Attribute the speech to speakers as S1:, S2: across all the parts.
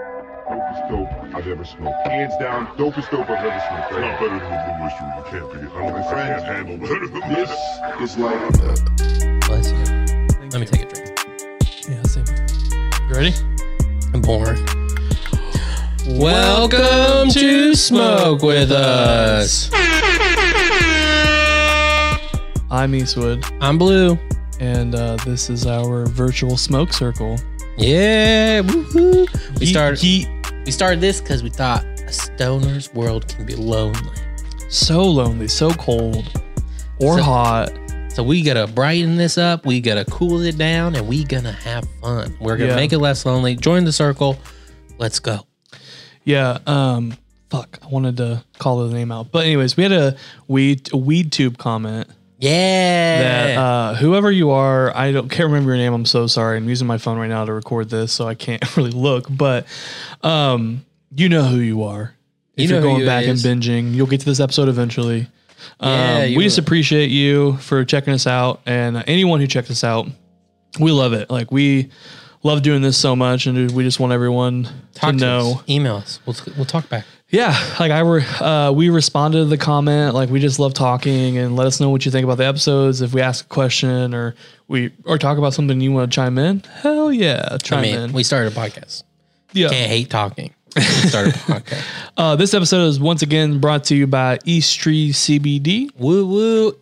S1: Dopest dope I've ever smoked. Hands down, dopest dope I've ever smoked. Right?
S2: Not better than Blue Oyster. You can't be. I don't think I
S1: Friends.
S2: can't handle better than
S1: This
S2: this.
S1: is like
S3: Bless you.
S4: Thank
S3: Let me
S4: you.
S3: take a drink.
S4: Yeah, same. You ready?
S3: I'm bored. Welcome to Smoke With Us.
S4: I'm Eastwood,
S3: I'm Blue.
S4: and uh, this is our virtual smoke circle.
S3: Yeah, woohoo. We
S4: Yeet,
S3: started
S4: yeet.
S3: we started this because we thought a stoner's world can be lonely.
S4: so lonely, so cold, or
S3: So-
S4: hot.
S3: So we gotta brighten this up, we gotta cool it down, and we gonna have fun. We're gonna
S4: Yeah.
S3: make it less lonely. Join the circle. Let's go.
S4: Yeah. Um. Fuck. I wanted to call the name out, but anyways, we had a weed a weed tube comment
S3: Yeah.
S4: that uh, whoever you are, I don't can't remember your name. I'm so sorry. I'm using my phone right now to record this, so I can't really look. But um, you know who you are. If
S3: You
S4: you
S3: know
S4: are
S3: who
S4: going
S3: you
S4: back
S3: is.
S4: and binging, you'll get to this episode eventually. Um,
S3: Yeah, you
S4: we just
S3: will.
S4: appreciate you for checking us out, and uh, anyone who checked us out, we love it. Like we love doing this so much, and we just want everyone
S3: talk
S4: to
S3: to
S4: know.
S3: us. Email us. We'll, we'll talk back.
S4: Yeah, like I were, uh, we responded to the comment. Like we just love talking, and let us know what you think about the episodes. If we ask a question or we or talk about something you want to chime in, hell yeah, chime
S3: I mean,
S4: in.
S3: we started a podcast.
S4: yeah.
S3: Can't hate talking. We started a podcast.
S4: Uh, this episode is once again brought to you by E East Tree CBD.
S3: Woo woo.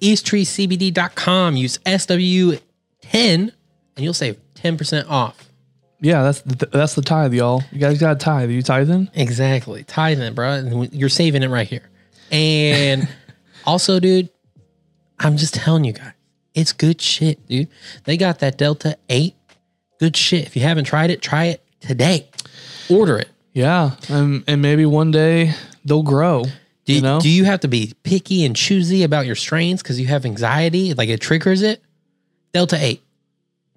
S3: EasttreeCBD.com. Use SW10 and you'll save 10% off.
S4: Yeah, that's the, that's the tithe, y'all. You guys got a tithe. you tithing?
S3: Exactly. Tithe it, bro. And You're saving it right here. And also, dude, I'm just telling you guys, it's good shit, dude. They got that Delta 8. Good shit. If you haven't tried it, try it today. Order it.
S4: Yeah, and and maybe one day they'll grow.
S3: Do
S4: you know?
S3: do you have to be picky and choosy about your strains because you have anxiety? Like it triggers it? Delta 8.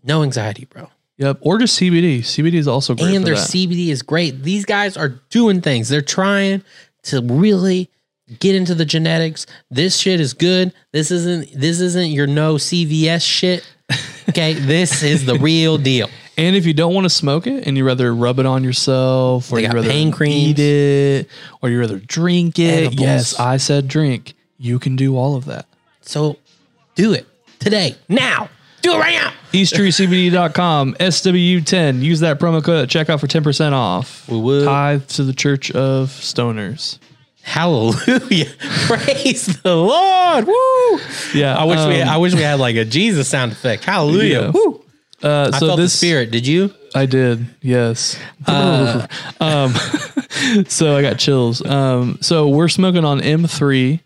S3: No anxiety, bro.
S4: yep. Or just CBD. CBD is also great.
S3: and
S4: for
S3: their
S4: that.
S3: CBD is great. These guys are doing things. They're trying to really get into the genetics. This shit is good. This isn't this isn't your no CVS shit. Okay, this is the real deal.
S4: And if you don't want to smoke it and you rather rub it on yourself or
S3: They
S4: you
S3: got
S4: rather
S3: pain creams.
S4: eat it or you rather drink it.
S3: Edibles.
S4: Yes, I said drink. You can do all of that.
S3: So do it today, now. Do it right now.
S4: EastTreeCBD.com, SW10. Use that promo code at checkout for 10% off.
S3: We will.
S4: Tithe to the Church of Stoners.
S3: Hallelujah! Praise the Lord! Woo!
S4: Yeah,
S3: I wish we
S4: um,
S3: I wish we had like a Jesus sound effect. Hallelujah!
S4: Yeah.
S3: Woo!
S4: Uh,
S3: I
S4: so
S3: felt
S4: this
S3: the spirit. Uh, Did you?
S4: I did. Yes. um, so I got chills. Um, so we're smoking on M3.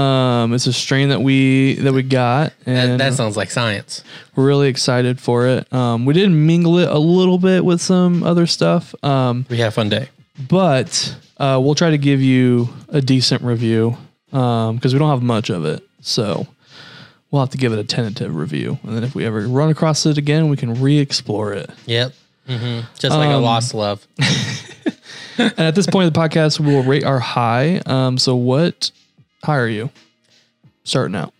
S4: Um, it's a strain that we that we got,
S3: That,
S4: and
S3: that sounds like science.
S4: We're really excited for it. Um, we did mingle it a little bit with some other stuff, um,
S3: We had a fun day.
S4: but uh, we'll try to give you a decent review because we don't have much of it. So we'll have to give it a tentative review. And then if we ever run across it again, we can re explore it.
S3: Yep. hmm Just like
S4: Um,
S3: a lost love.
S4: And at this point of the podcast, we will rate our high. Um, so, what high are you starting out?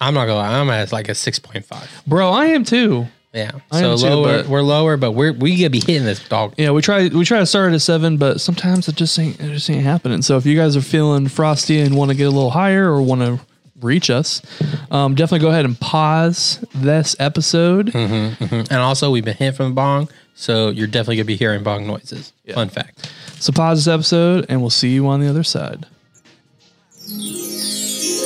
S3: I'm not gonna. Lie, I'm at like a six point five.
S4: Bro, I am too.
S3: Yeah.
S4: I
S3: so
S4: am too,
S3: lower.
S4: but-
S3: we're lower, but we're we gonna be hitting this dog.
S4: Yeah, we try we try to start at a seven, but sometimes it just ain't it just ain't happening. So if you guys are feeling frosty and want to get a little higher or want to reach us, um, definitely go ahead and pause this episode.
S3: Hmm. And also, we've been hit from the bong, so you're definitely gonna be hearing bong noises. Fun fact.
S4: So pause this episode, and we'll see you on the other side.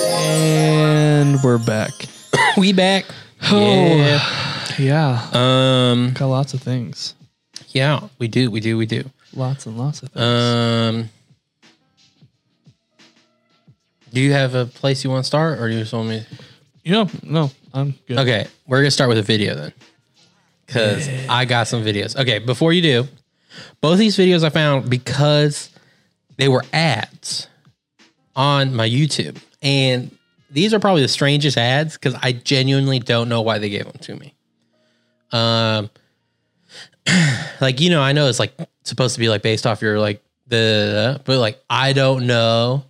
S4: And we're back.
S3: we back.
S4: Oh.
S3: Yeah.
S4: Yeah,
S3: Um.
S4: got lots of things,
S3: Yeah. We do. We do. We do.
S4: lots and lots of things.
S3: Um. Do you have a place you want to start, or you just want me?
S4: you know, no, I'm good.
S3: Okay, we're gonna start with a video then, because I got some videos. Okay, before you do, both these videos I found because they were ads on my YouTube, and these are probably the strangest ads because I genuinely don't know why they gave them to me. Um, like you know, I know it's like supposed to be like based off your like the, but like I don't know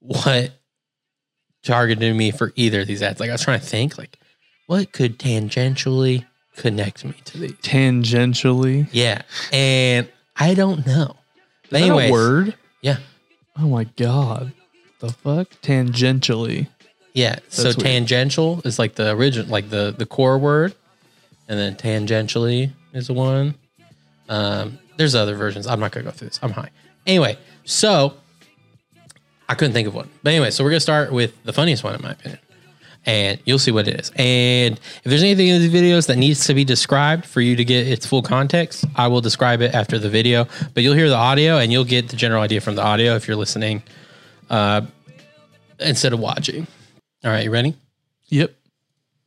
S3: what targeted me for either of these ads. Like I was trying to think, like what could tangentially connect me to these?
S4: Tangentially,
S3: Yeah, and I don't know. But
S4: Is that
S3: anyways,
S4: a word?
S3: yeah,
S4: Oh my god. The fuck? Tangentially.
S3: yeah. so
S4: weird.
S3: tangential is like the original, like the the core word, and then tangentially is the one. Um, there's other versions. I'm not gonna go through this. I'm high. Anyway, so I couldn't think of one. But anyway, so we're gonna start with the funniest one in my opinion. And you'll see what it is. And if there's anything in these videos that needs to be described for you to get its full context, I will describe it after the video. But you'll hear the audio and you'll get the general idea from the audio if you're listening uh, instead of watching. All right, you ready?
S4: Yep.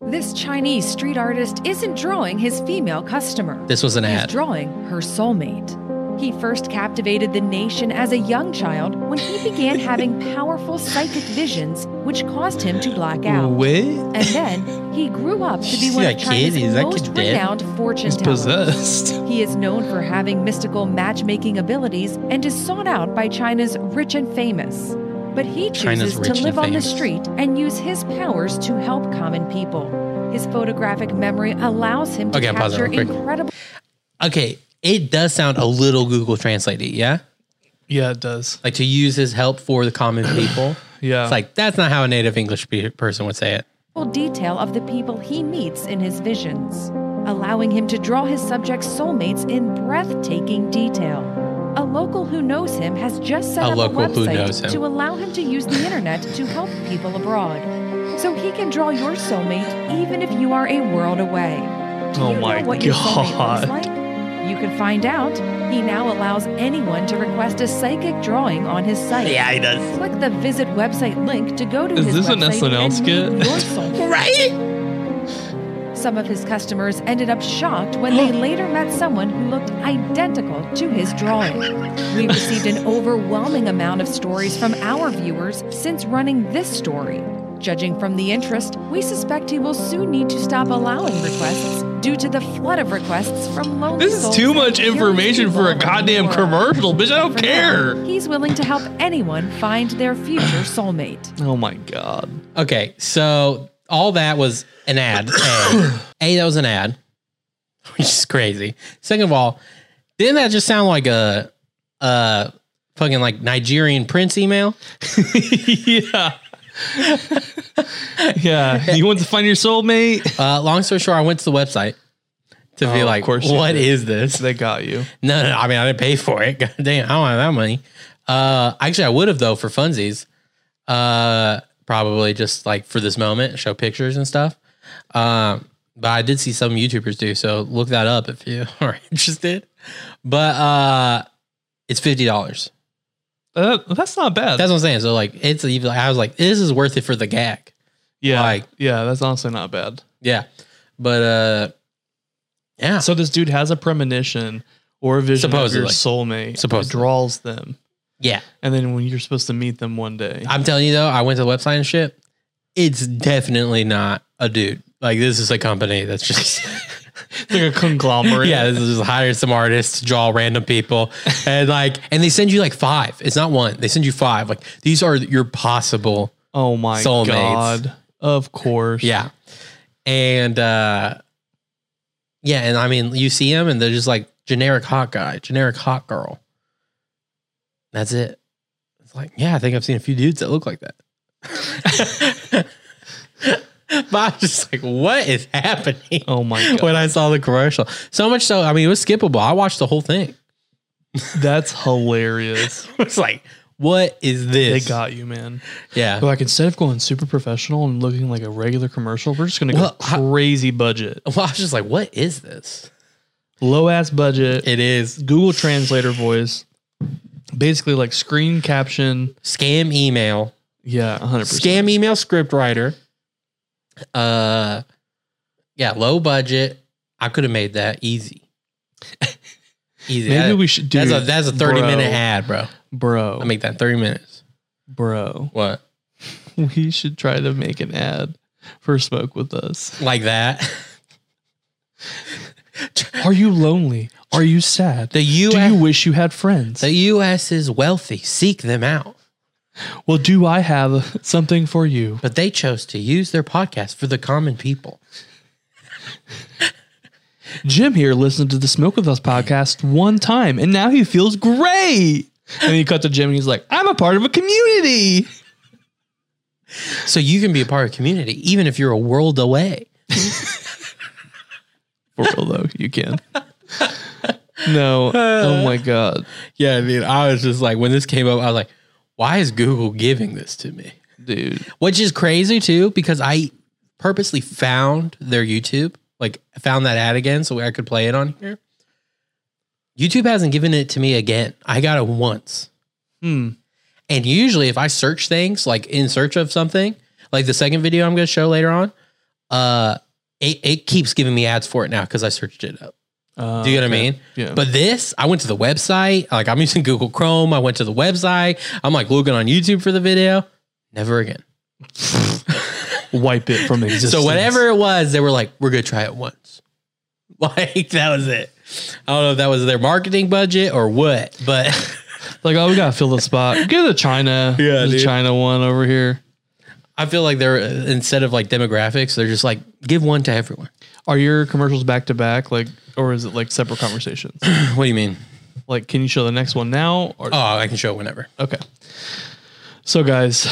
S5: This Chinese street artist isn't drawing his female customer.
S3: This was an
S5: He's
S3: ad.
S5: drawing her soulmate. He first captivated the nation as a young child when he began having powerful psychic visions, which caused him to black out.
S4: Wait.
S5: And then he grew up to be
S3: See
S5: one
S3: that
S5: of
S3: kid?
S5: China's
S3: Is that
S5: most
S3: kid dead?
S5: renowned fortune
S4: He's
S5: tellers.
S4: possessed.
S5: He is known for having mystical matchmaking abilities and is sought out by China's rich and famous. But he
S3: China's
S5: chooses
S3: rich
S5: to
S3: and
S5: live on the
S3: famous.
S5: street and use his powers to help common people. His photographic memory allows him to
S3: Okay, pause that
S5: capture
S3: real quick.
S5: incredible
S3: Okay, it does sound a little Google Translate yeah?
S4: Yeah, it does.
S3: Like to use his help for the common people.
S4: Yeah.
S3: It's like, that's not how a native English pe- person would say it.
S5: detail of the people he meets in his visions, allowing him to draw his subjects' soulmates in breathtaking detail. A local who knows him has just set
S3: A
S5: up
S3: local
S5: a
S3: who knows him.
S5: website to allow him to use the internet to help people abroad. So he can draw your soulmate even if you are a world away. Do
S4: Oh
S5: you know
S4: my
S5: what your soulmate looks
S4: God.
S5: like? You can find out. He now allows anyone to request a psychic drawing on his site.
S3: he does.
S5: Click the visit website link to go to
S4: Is
S5: his
S4: this an
S5: website
S4: SNL
S5: and
S4: skit?
S5: meet your soulmate.
S3: Right?
S5: Some of his customers ended up shocked when they later met someone who looked identical to his drawing. We received an overwhelming amount of stories from our viewers since running this story. Judging from the interest, we suspect he will soon need to stop allowing requests due to the flood of requests from lonely
S4: This is
S5: souls
S4: too
S5: and
S4: much
S5: curious
S4: information
S5: people
S4: for a
S5: around the
S4: goddamn
S5: world.
S4: commercial, bitch. I don't
S5: For now,
S4: care.
S5: He's willing to help anyone find their future soulmate.
S4: Oh my god.
S3: Okay, so all that was an ad. A, A, that was an ad, which is crazy. Second of all, didn't that just sound like a, a fucking like Nigerian prince email?
S4: yeah. yeah. You want to find your soulmate?
S3: Uh, long story short, I went to the website to
S4: Oh,
S3: be
S4: of
S3: like,
S4: course you
S3: what
S4: did.
S3: is this?
S4: They got you.
S3: No, no, I mean I didn't pay for it. God damn, I don't have that money. Uh, actually, I would have though for funsies. Uh, probably just like for this moment, show pictures and stuff. Um, but I did see some YouTubers do so. Look that up if you are interested. But uh, it's fifty dollars.
S4: Uh, that's not bad.
S3: That's what I'm saying. So like, it's even. I was like, this is worth it for the gag.
S4: yeah.
S3: like-
S4: yeah, that's honestly not bad.
S3: Yeah, but uh, yeah.
S4: So this dude has a premonition or a vision
S3: Supposedly.
S4: of your soulmate.
S3: Supposedly.
S4: It draws them.
S3: yeah,
S4: And then when you're supposed to meet them one day.
S3: I'm telling you though, I went to the website and shit. It's definitely not a dude. Like this is a company that's just
S4: It's like a conglomerate.
S3: yeah, this is just hire some artists to draw random people and like and they send you like five. It's not one. They send you five. Like these are your possible
S4: Oh my
S3: Soulmates.
S4: god. Of course.
S3: yeah. And uh yeah, and I mean you see them and they're just like generic hot guy, generic hot girl. That's it. It's like, yeah, I think I've seen a few dudes that look like that. but I was just like, what is happening?
S4: Oh my god.
S3: when I saw the commercial. So much so, I mean, it was skippable. I watched the whole thing.
S4: That's hilarious.
S3: I was like, what is
S4: They
S3: this?
S4: got you, man.
S3: yeah.
S4: But like instead of going super professional and looking like a regular commercial, we're just gonna
S3: Well,
S4: go
S3: I-
S4: crazy budget,
S3: Well, I was just like, what is this?
S4: low ass budget,
S3: It is
S4: Google Translator voice, basically like screen caption.
S3: scam email,
S4: Yeah, hundred percent.
S3: scam email script writer. Uh, yeah, low budget. I could have made that easy. easy.
S4: Maybe
S3: That-
S4: we should do
S3: That's a that's a thirty
S4: bro,
S3: minute ad, bro.
S4: bro.
S3: I make that in thirty minutes.
S4: bro,
S3: What
S4: we should try to make an ad for smoke with us.
S3: like that?
S4: Are you lonely? Are you sad?
S3: The
S4: do
S3: U.S.
S4: you wish you had friends?
S3: the U.S. is wealthy. Seek them out.
S4: well, do I have something for you?
S3: but they chose to use their podcast for the common people.
S4: Jim here listened to the Smoke With Us podcast one time and now he feels great. And then you cut to Jim and he's like, I'm a part of a community.
S3: So you can be a part of community, even if you're a world away.
S4: For real though, you can. No. Oh my God.
S3: Yeah, I mean, I was just like, when this came up, I was like, why is Google giving this to me?
S4: Dude.
S3: Which is crazy too, because I purposely found their YouTube, like found that ad again so I could play it on here. YouTube hasn't given it to me again. I got it once.
S4: Hmm.
S3: And usually, if I search things like in search of something, like the second video I'm going to show later on, uh, it, it keeps giving me ads for it now because I searched it up.
S4: Uh,
S3: Do you know what I
S4: okay.
S3: mean?
S4: Yeah.
S3: But this, I went to the website. Like I'm using Google Chrome. I went to the website. I'm like looking on YouTube for the video. Never again.
S4: wipe it from existence.
S3: So whatever it was, they were like, "We're gonna try it once." Like that was it. I don't know if that was their marketing budget or what, but
S4: Like, oh, we gotta fill the spot. Get the China,
S3: Yeah,
S4: the
S3: dude.
S4: China one over here.
S3: I feel like they're uh, instead of like demographics, they're just like give one to everyone.
S4: Are your commercials back to back, like, or is it like separate conversations?
S3: What do you mean?
S4: like, can you show the next one now? Or
S3: Oh, I can show it whenever.
S4: okay. So, guys,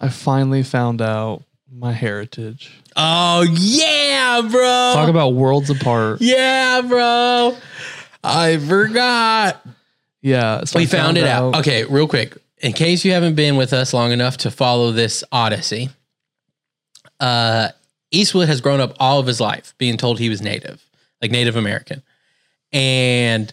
S4: I finally found out my heritage.
S3: Oh yeah, bro.
S4: Talk about worlds apart.
S3: yeah, bro. I forgot.
S4: Yeah, so
S3: We
S4: I
S3: found, it out. Okay, real quick. In case you haven't been with us long enough to follow this odyssey, uh, Eastwood has grown up all of his life being told he was Native, like Native American, and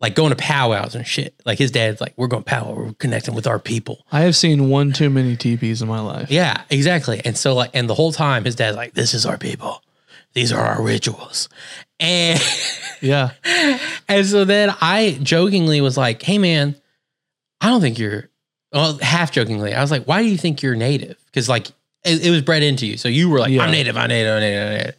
S3: like going to powwows and shit. Like his dad's like, "We're going powwow. We're connecting with our people."
S4: I have seen one too many teepees in my life.
S3: Yeah, exactly. And so like, and the whole time his dad's like, "This is our people. These are our rituals," and.
S4: Yeah,
S3: And so then I jokingly was like, "Hey man, I don't think you're." Well, half jokingly, I was like, "Why do you think you're native?" Because like it, it was bred into you, so you were like,
S4: Yeah.
S3: "I'm native, I'm native, I'm native, I'm native."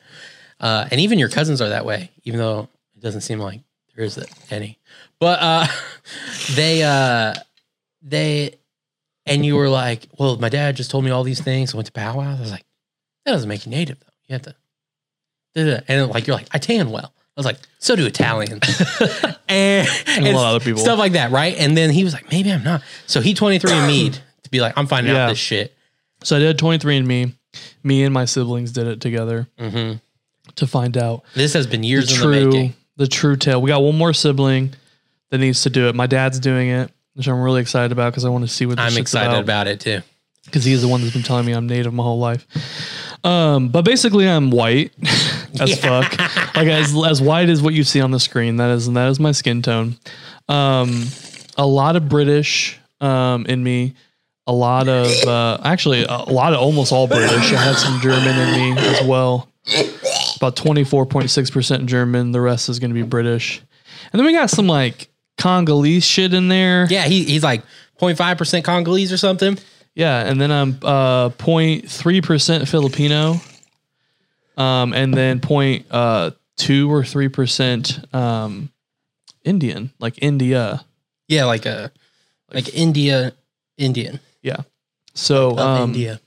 S3: Uh, and even your cousins are that way, even though it doesn't seem like there is any. But uh, they uh, they and you were like, "Well, my dad just told me all these things. I went to powwows." I was like, "That doesn't make you native though. You have to." da-da-da." And like you're like, "I tan well." I was like, "So do Italians." and, and
S4: lot of other people.
S3: stuff like that, right? And then he was like, "Maybe I'm not." So he 23 and me to be like, "I'm finding
S4: Yeah.
S3: out this shit."
S4: so I did 23 and me. Me and my siblings did it together
S3: hmm
S4: to find out
S3: This has been years
S4: the
S3: in the
S4: true
S3: making.
S4: the true tale. We got one more sibling that needs to do it. My dad's doing it, which I'm really excited about because I want to see what this
S3: I'm
S4: shit's
S3: excited
S4: about.
S3: about it too.
S4: because he's the one that's been telling me I'm native my whole life. Um, but basically, I'm white as fuck, like as as white as what you see on the screen. That is that is my skin tone. Um, a lot of British um, in me. A lot of uh, actually a lot of almost all British. I have some German in me as well. About twenty four point six percent German. The rest is going to be British. And then we got some like Congolese shit in there.
S3: Yeah, he, he's like 0.5 percent Congolese or something.
S4: Yeah, and then I'm uh 03 percent Filipino, um, and then point uh two or three percent um Indian, like India.
S3: Yeah, like a like India Indian
S4: Yeah. So
S3: of
S4: um,
S3: India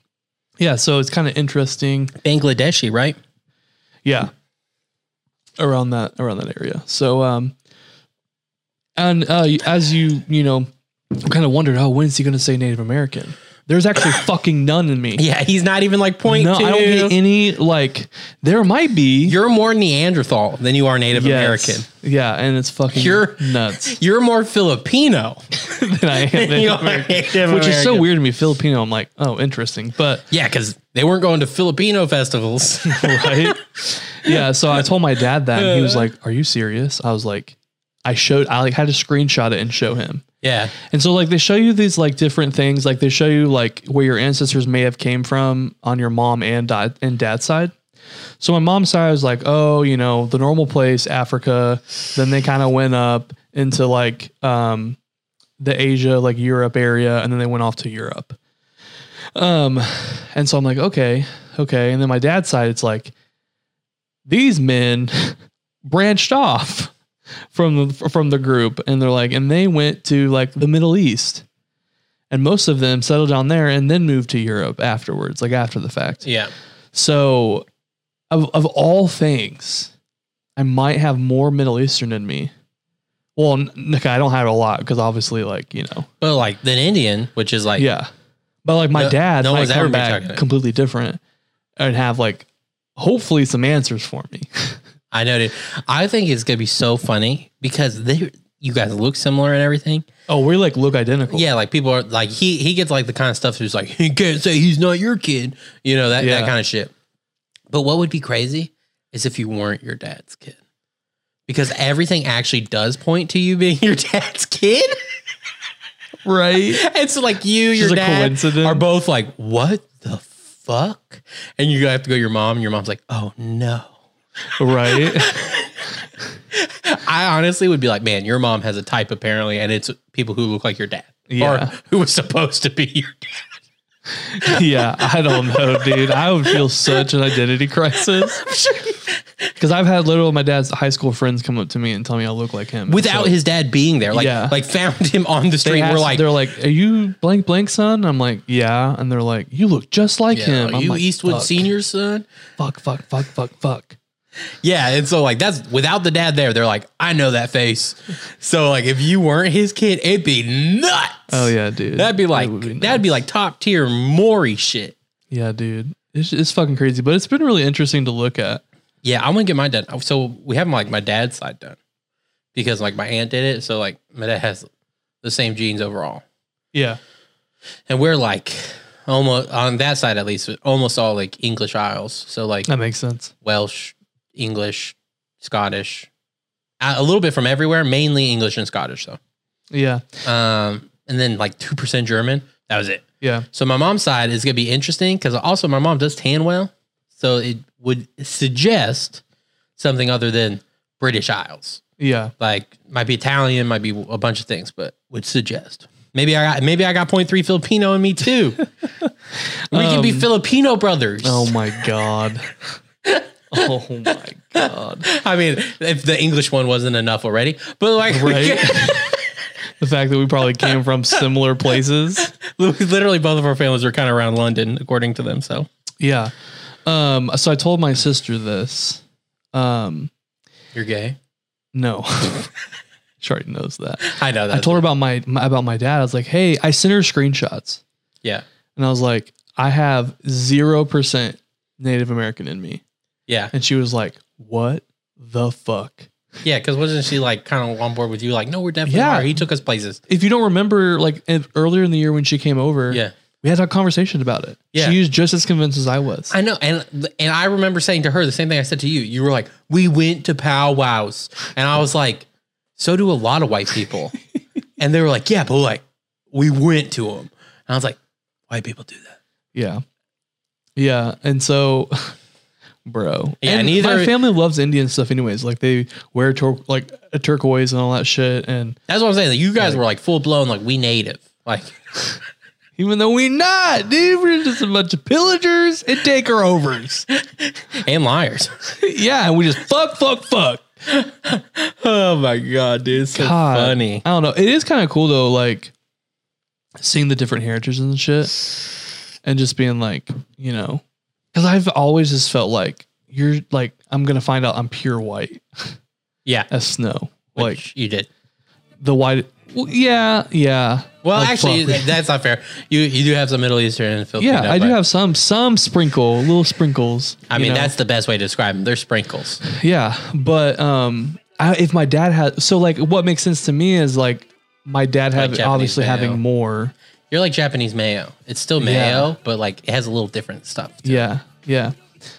S4: yeah, so it's kind of interesting.
S3: Bangladeshi, right?
S4: Yeah. Around that around that area. So um and uh as you, you know, kind of wondered, oh, when is he gonna say Native American? There's actually fucking none in me.
S3: Yeah, he's not even like point
S4: No,
S3: two.
S4: I don't get any like there might be
S3: You're more Neanderthal than you are Native
S4: Yes.
S3: American.
S4: Yeah, and it's fucking
S3: You're-
S4: nuts
S3: You're more Filipino
S4: than I am.
S3: than you are
S4: American.
S3: Native
S4: Which is so
S3: American.
S4: weird to me, Filipino. I'm like, oh, interesting, but
S3: Yeah, because they weren't going to Filipino festivals.
S4: right? yeah. So I told my dad that, and he was like, "Are you serious?" I was like, "I showed. I like had to screenshot it and show him."
S3: yeah,
S4: And so like they show you these like different things, like they show you like where your ancestors may have came from on your mom and dad and dad's side. So my mom's side was like, oh, you know, the normal place, Africa. Then they kind of went up into like um the Asia, like Europe area, and then they went off to Europe. Um, and so I'm like, okay, okay. And then my dad's side, it's like these men branched off from the from the group and they're like and they went to like the Middle East. And most of them settled down there and then moved to Europe afterwards, like after the fact.
S3: yeah.
S4: So of of all things, I might have more Middle Eastern in me. Well, n- okay, I don't have a lot because obviously, like you know,
S3: But like then Indian, which is like
S4: yeah. But like my
S3: No-
S4: dad
S3: no
S4: might
S3: one's ever been
S4: come back
S3: chocolate.
S4: completely different and have like hopefully some answers for me.
S3: I know, dude. I think it's gonna be so funny because they you guys look similar and everything.
S4: oh, we like look identical.
S3: Yeah, like people are like he he gets like the kind of stuff who's like he can't say he's not your kid, you know that
S4: Yeah.
S3: that kind of shit. But what would be crazy is if you weren't your dad's kid, because everything actually does point to you being your dad's kid.
S4: right.
S3: And so like you,
S4: It's
S3: your
S4: just a
S3: dad
S4: coincidence.
S3: are both like, what the fuck? And you have to go to your mom, and your mom's like, oh no.
S4: right.
S3: I honestly would be like, man, your mom has a type apparently, and it's people who look like your dad
S4: Yeah.
S3: or who was supposed to be your dad.
S4: yeah, I don't know, dude. I would feel such an identity crisis because I've had literal my dad's high school friends come up to me and tell me I look like him
S3: Without
S4: So
S3: his dad being there, like
S4: Yeah.
S3: like found him on the
S4: They
S3: street. We're
S4: asked-
S3: like,
S4: they're like, "Are you blank blank son?" I'm like, "Yeah," and they're like, "You look just like
S3: yeah,
S4: him."
S3: are
S4: I'm
S3: you
S4: like,
S3: Eastwood
S4: fuck,
S3: Senior's son?
S4: Fuck, fuck, fuck, fuck, fuck.
S3: Yeah, and so like that's without the dad there, they're like, I know that face. So like if you weren't his kid, it'd be nuts.
S4: Oh yeah, dude.
S3: That'd be
S4: It
S3: like
S4: would
S3: that'd be like top tier Maury shit.
S4: Yeah, dude. It's, it's fucking crazy, but it's been really interesting to look at.
S3: Yeah, I want to get my dad. So we have like my dad's side done because like my aunt did it. So like my dad has the same genes overall,
S4: Yeah.
S3: and we're like almost on that side at least almost all like English Isles. So like
S4: That makes sense.
S3: Welsh, English, Scottish, a a little bit from everywhere, mainly English and Scottish though.
S4: Yeah.
S3: Um, and then like two percent German. That was it.
S4: Yeah.
S3: So my mom's side is gonna be interesting because also my mom does tan well, so it would suggest something other than British Isles.
S4: Yeah.
S3: Like might be Italian, might be a bunch of things, but would suggest maybe I got maybe I got point three Filipino in me too. we can be Filipino brothers.
S4: Oh my god. oh my god.
S3: I mean, if the English one wasn't enough already, but like we
S4: Right?
S3: can-
S4: the fact that we probably came from similar places.
S3: literally both of our families are kind of around London according to them. So
S4: Yeah. Um. So I told my sister this. Um.
S3: you're gay.
S4: No. she already knows that.
S3: I know that.
S4: I told her about my, my about my dad. I was like, hey, I sent her screenshots,
S3: yeah,
S4: and I was like, I have zero percent Native American in me,
S3: yeah,
S4: and she was like, what the fuck?
S3: yeah. Because wasn't she like kind of on board with you? Like, no, we're definitely
S4: Yeah.
S3: are. He took us places.
S4: If you don't remember, like if- earlier in the year when she came over,
S3: Yeah.
S4: we had a conversation about it.
S3: Yeah.
S4: She was just as convinced as I was.
S3: I know, and and I remember saying to her the same thing I said to you. You were like, "We went to powwows," and I was like, "So do a lot of white people," and they were like, "Yeah, but like, we went to them," and I was like, "White people do that."
S4: Yeah. Yeah. And so, bro.
S3: Yeah,
S4: and
S3: and either-
S4: my family loves Indian stuff, anyways. Like they wear tur- like a turquoise and all that shit. And
S3: That's what I'm saying. Like, you guys were like full blown, like we native, like
S4: even though we not, dude, we're just a bunch of pillagers and takeovers.
S3: and liars.
S4: yeah. And we just fuck, fuck, fuck.
S3: oh my god, dude, it's so
S4: God,
S3: funny.
S4: I don't know. It is kind of cool though, like seeing the different heritages and shit, and just being like, you know, because I've always just felt like you're like I'm gonna find out I'm pure white
S3: Yeah,
S4: as snow,
S3: like you did.
S4: like the white. Well, yeah, yeah.
S3: Well,
S4: Like,
S3: actually,
S4: fuck.
S3: th- that's not fair. You you do have some Middle Eastern and Filipino.
S4: yeah, I do
S3: but-
S4: have some some sprinkle, little sprinkles.
S3: I
S4: you
S3: mean,
S4: know?
S3: that's the best way to describe them. They're sprinkles.
S4: Yeah, but um, I, if my dad had so like, what makes sense to me is like my dad had
S3: Japanese
S4: obviously
S3: mayo.
S4: having more.
S3: You're like Japanese mayo. It's still mayo, but like it has a little different stuff. to it.
S4: Yeah, yeah.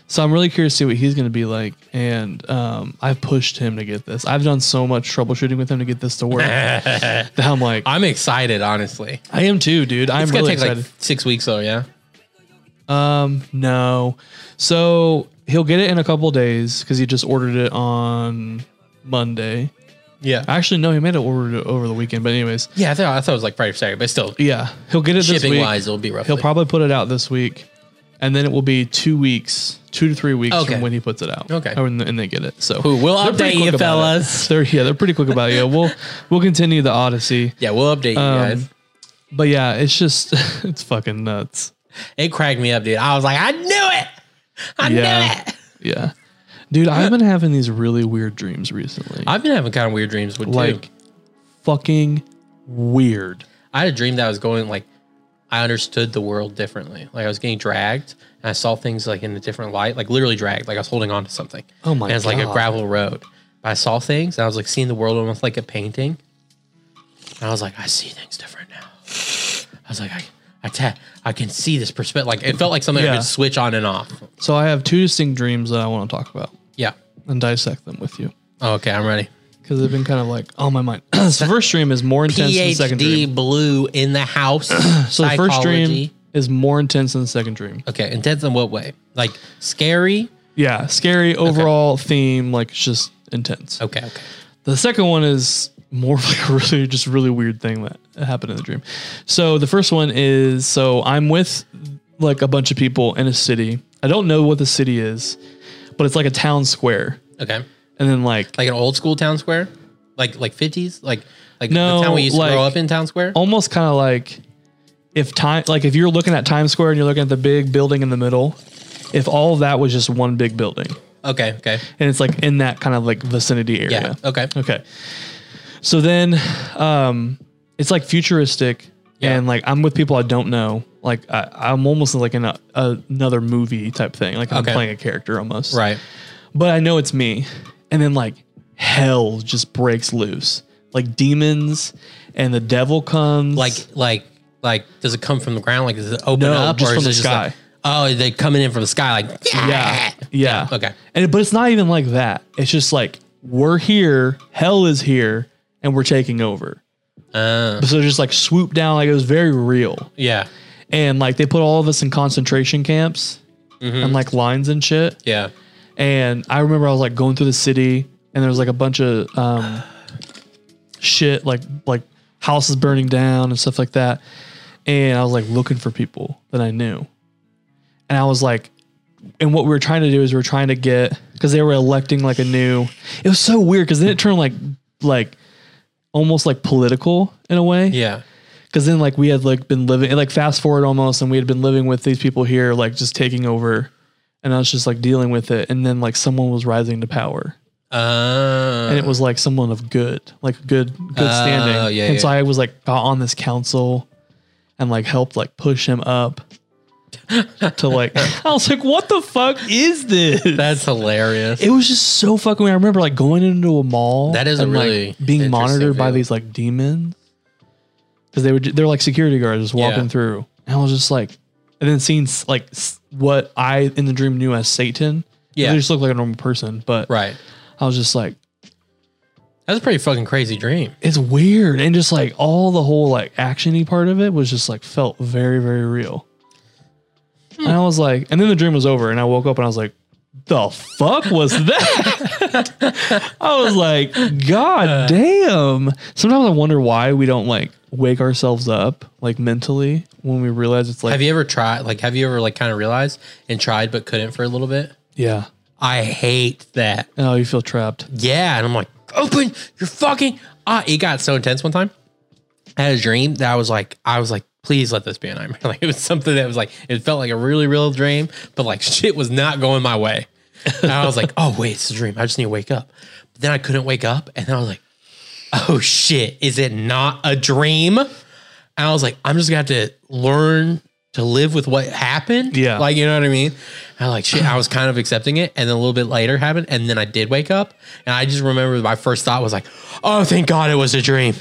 S4: So I'm really curious to see what he's going to be like, and um, I've pushed him to get this. I've done so much troubleshooting with him to get this to work that I'm like,
S3: I'm excited, honestly.
S4: I am too, dude. I'm
S3: It's gonna
S4: really
S3: take
S4: excited.
S3: like six weeks though, yeah.
S4: no, so he'll get it in a couple days because he just ordered it on Monday.
S3: Yeah.
S4: Actually, no, he made it ordered it over the weekend. But anyways,
S3: yeah, I thought I thought it was like Friday or Saturday, but still
S4: yeah, he'll get it this
S3: shipping
S4: week.
S3: wise it'll be rough.
S4: He'll probably put it out this week, and then it will be two weeks, two to three weeks
S3: Okay.
S4: from when he puts it out.
S3: Okay.
S4: or when, and they get it. So
S3: Cool. We'll
S4: They're pretty
S3: update
S4: quick
S3: you,
S4: about it.
S3: fellas.
S4: They're yeah, they're pretty quick about it. Yeah, we'll we'll continue the odyssey,
S3: Yeah, we'll update you
S4: um,
S3: guys.
S4: but yeah, it's just it's fucking nuts.
S3: It cracked me up, dude. I was like, I knew it. I
S4: Yeah.
S3: knew it.
S4: Yeah. Dude, I've been having these really weird dreams recently.
S3: I've been having kind of weird dreams with
S4: like
S3: too.
S4: fucking weird.
S3: I had a dream that I was going like I understood the world differently. Like I was getting dragged and I saw things like in a different light, like literally dragged, like I was holding on to something.
S4: Oh my
S3: And it's like a
S4: God.
S3: gravel road. I saw things and I was like seeing the world almost like a painting. And I was like, I see things different now. I was like, I I, ta- I can see this perspective. Like it felt like something I
S4: Yeah.
S3: could switch on and off.
S4: So I have two distinct dreams that I want to talk about
S3: Yeah. Oh,
S4: and dissect them with you
S3: Okay, I'm ready.
S4: because they've been kind of like on my mind. so first dream is more intense than the second dream.
S3: PhD blue in the house.
S4: So the first dream is more intense than the second dream.
S3: Okay, intense in what way? Like scary.
S4: Yeah, scary overall theme, like it's just intense.
S3: Okay, okay.
S4: The second one is more of like a really just really weird thing that happened in the dream. So the first one is so I'm with like a bunch of people in a city. I don't know what the city is, but it's like a town square.
S3: Okay.
S4: And then like
S3: Like an old school town square? Like like fifties? Like like
S4: No,
S3: the town we used
S4: like- Oh.
S3: to grow up in town square?
S4: almost kind of like if time like if you're looking at Times Square and you're looking at the big building in the middle, if all of that was just one big building
S3: Okay, okay.
S4: and it's like in that kind of like vicinity area.
S3: Yeah. Okay.
S4: Okay. So then um it's like futuristic
S3: Yeah.
S4: and like I'm with people I don't know. Like I, I'm almost like in a, another movie type thing. Like I'm
S3: Okay.
S4: playing a character almost.
S3: Right.
S4: But I know it's me. And then like hell just breaks loose. Like demons and the devil comes.
S3: Like like like does it come from the ground? Like does it open
S4: No,
S3: up
S4: just
S3: or
S4: from
S3: is
S4: the
S3: it just
S4: sky.
S3: like- oh, they coming in from the sky like ah. yeah.
S4: yeah. Yeah.
S3: okay.
S4: And but it's not even like that. It's just like we're here, hell is here, and we're taking over.
S3: Uh,
S4: So just like swoop down, like it was very real.
S3: yeah.
S4: and like they put all of us in concentration camps and like lines and shit.
S3: Yeah.
S4: And I remember I was like going through the city and there was like a bunch of um shit like like houses burning down and stuff like that. And I was like looking for people that I knew. And I was like and what we were trying to do is we were trying to get because they were electing like a new it was so weird because then it turned like like almost like political in a way
S3: Yeah.
S4: because then like we had like been living like fast forward almost and we had been living with these people here like just taking over and i was just like dealing with it and then like someone was rising to power
S3: Uh,
S4: and it was like someone of good like good good standing
S3: Oh, yeah,
S4: and
S3: yeah.
S4: so i was like got on this council and like helped like push him up to like i was like what the fuck is this
S3: that's hilarious.
S4: it was just so fucking weird. I remember like going into a mall.
S3: That is a
S4: like,
S3: really
S4: being
S3: interesting
S4: monitored by
S3: view.
S4: these like demons because they were they're like security guards just walking
S3: Yeah.
S4: through, and I was just like, and then seeing s- like s- what I in the dream knew as Satan.
S3: Yeah.
S4: they just looked like a normal person, but
S3: right.
S4: I was just like,
S3: That's a pretty fucking crazy dream.
S4: it's weird, and just like all the whole like actiony part of it was just like felt very very real. And I was like, and then the dream was over, and I woke up and I was like, the fuck was that? I was like, God
S3: Uh.
S4: damn. Sometimes I wonder why we don't like wake ourselves up like mentally when we realize it's like,
S3: Have you ever tried like have you ever like kind of realized and tried but couldn't for a little bit?
S4: yeah.
S3: I hate that.
S4: Oh, you feel trapped.
S3: Yeah. And I'm like, open your fucking eye. It got so intense one time. I had a dream that I was like, I was like, please let this be a nightmare. Like it was something that was like, it felt like a really real dream, but like shit was not going my way. And I was like, oh wait, it's a dream. I just need to wake up. But then I couldn't wake up. And then I was like, oh shit, is it not a dream? And I was like, I'm just gonna have to learn to live with what happened.
S4: Yeah.
S3: Like, you know what I mean? I like shit, I was kind of accepting it. And then a little bit later happened. And then I did wake up. And I just remember my first thought was like, oh, thank God it was a dream.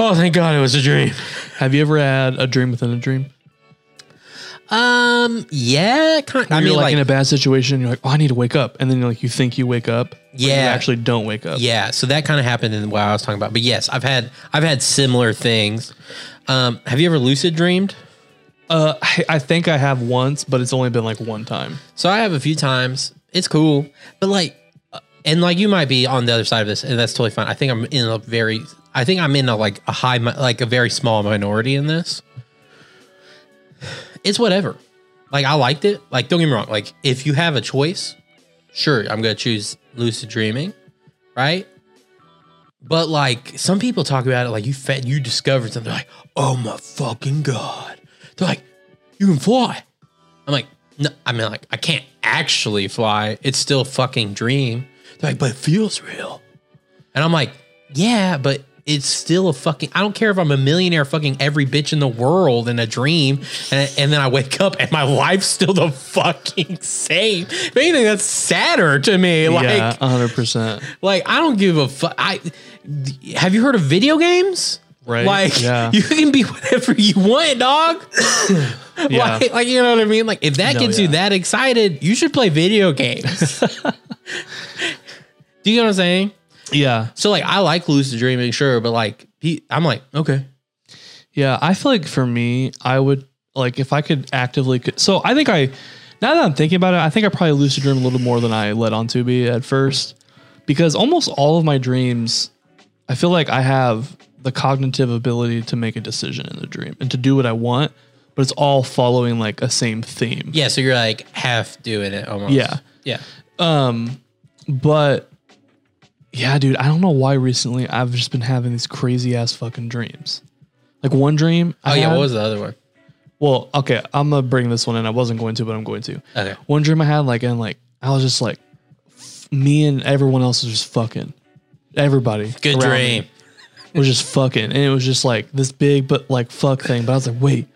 S3: Oh, thank God it was a dream.
S4: Have you ever had a dream within a dream?
S3: Um, yeah, kind I
S4: You're
S3: mean,
S4: like,
S3: like,
S4: in a bad situation, you're like, oh, I need to wake up. And then you're like, you think you wake up. but You
S3: Yeah.
S4: actually don't wake up.
S3: yeah. So that kind of happened in what I was talking about. But yes, I've had I've had similar things. Um, have you ever lucid dreamed?
S4: Uh, I, I think I have once, but it's only been like one time.
S3: So I have a few times. It's cool, but like, uh, and like you might be on the other side of this, and that's totally fine. I think I'm in a very, I think I'm in a like a high, mi- like a very small minority in this. It's whatever. Like I liked it. Like don't get me wrong. Like if you have a choice, sure, I'm gonna choose lucid dreaming, right? But like some people talk about it, like you fed, you discovered something. Like oh my fucking god! They're like, you can fly. I'm like, No, I mean, like, I can't actually fly. It's still a fucking dream. They're like, but it feels real. And I'm like, yeah, but it's still a fucking. I don't care if I'm a millionaire, fucking every bitch in the world in a dream, and, and then I wake up and my life's still the fucking same. If anything, that's sadder to me. Like,
S4: yeah, hundred percent.
S3: like I don't give a fuck. I have you heard of video games?
S4: Right,
S3: Like
S4: yeah.
S3: you can be whatever you want, dog.
S4: Yeah.
S3: like, like you know what I mean? Like if that
S4: No,
S3: gets you
S4: yeah.
S3: that excited, you should play video games. Do you know what I'm saying?
S4: Yeah,
S3: So like I like lucid dreaming, sure, but like he, I'm like okay,
S4: yeah. I feel like for me, I would like if I could actively. Could, so I think I now that I'm thinking about it, I think I probably lucid dream a little more than I let on to be at first, because almost all of my dreams, I feel like I have the cognitive ability to make a decision in the dream and to do what I want, but it's all following like a same theme.
S3: yeah. So you're like half doing it almost.
S4: Yeah.
S3: yeah.
S4: But yeah, dude, I don't know why recently I've just been having these crazy ass fucking dreams. Like one dream.
S3: Oh
S4: I
S3: yeah.
S4: had-
S3: What was the other one?
S4: Well, okay, I'm gonna bring this one in. I wasn't going to, but I'm going to.
S3: Okay.
S4: One dream I had, like, and like, I was just like, f- me and everyone else was just fucking. Everybody.
S3: Good
S4: around me
S3: dream.
S4: was just fucking, and it was just like this big but like fuck thing. But I was like, wait,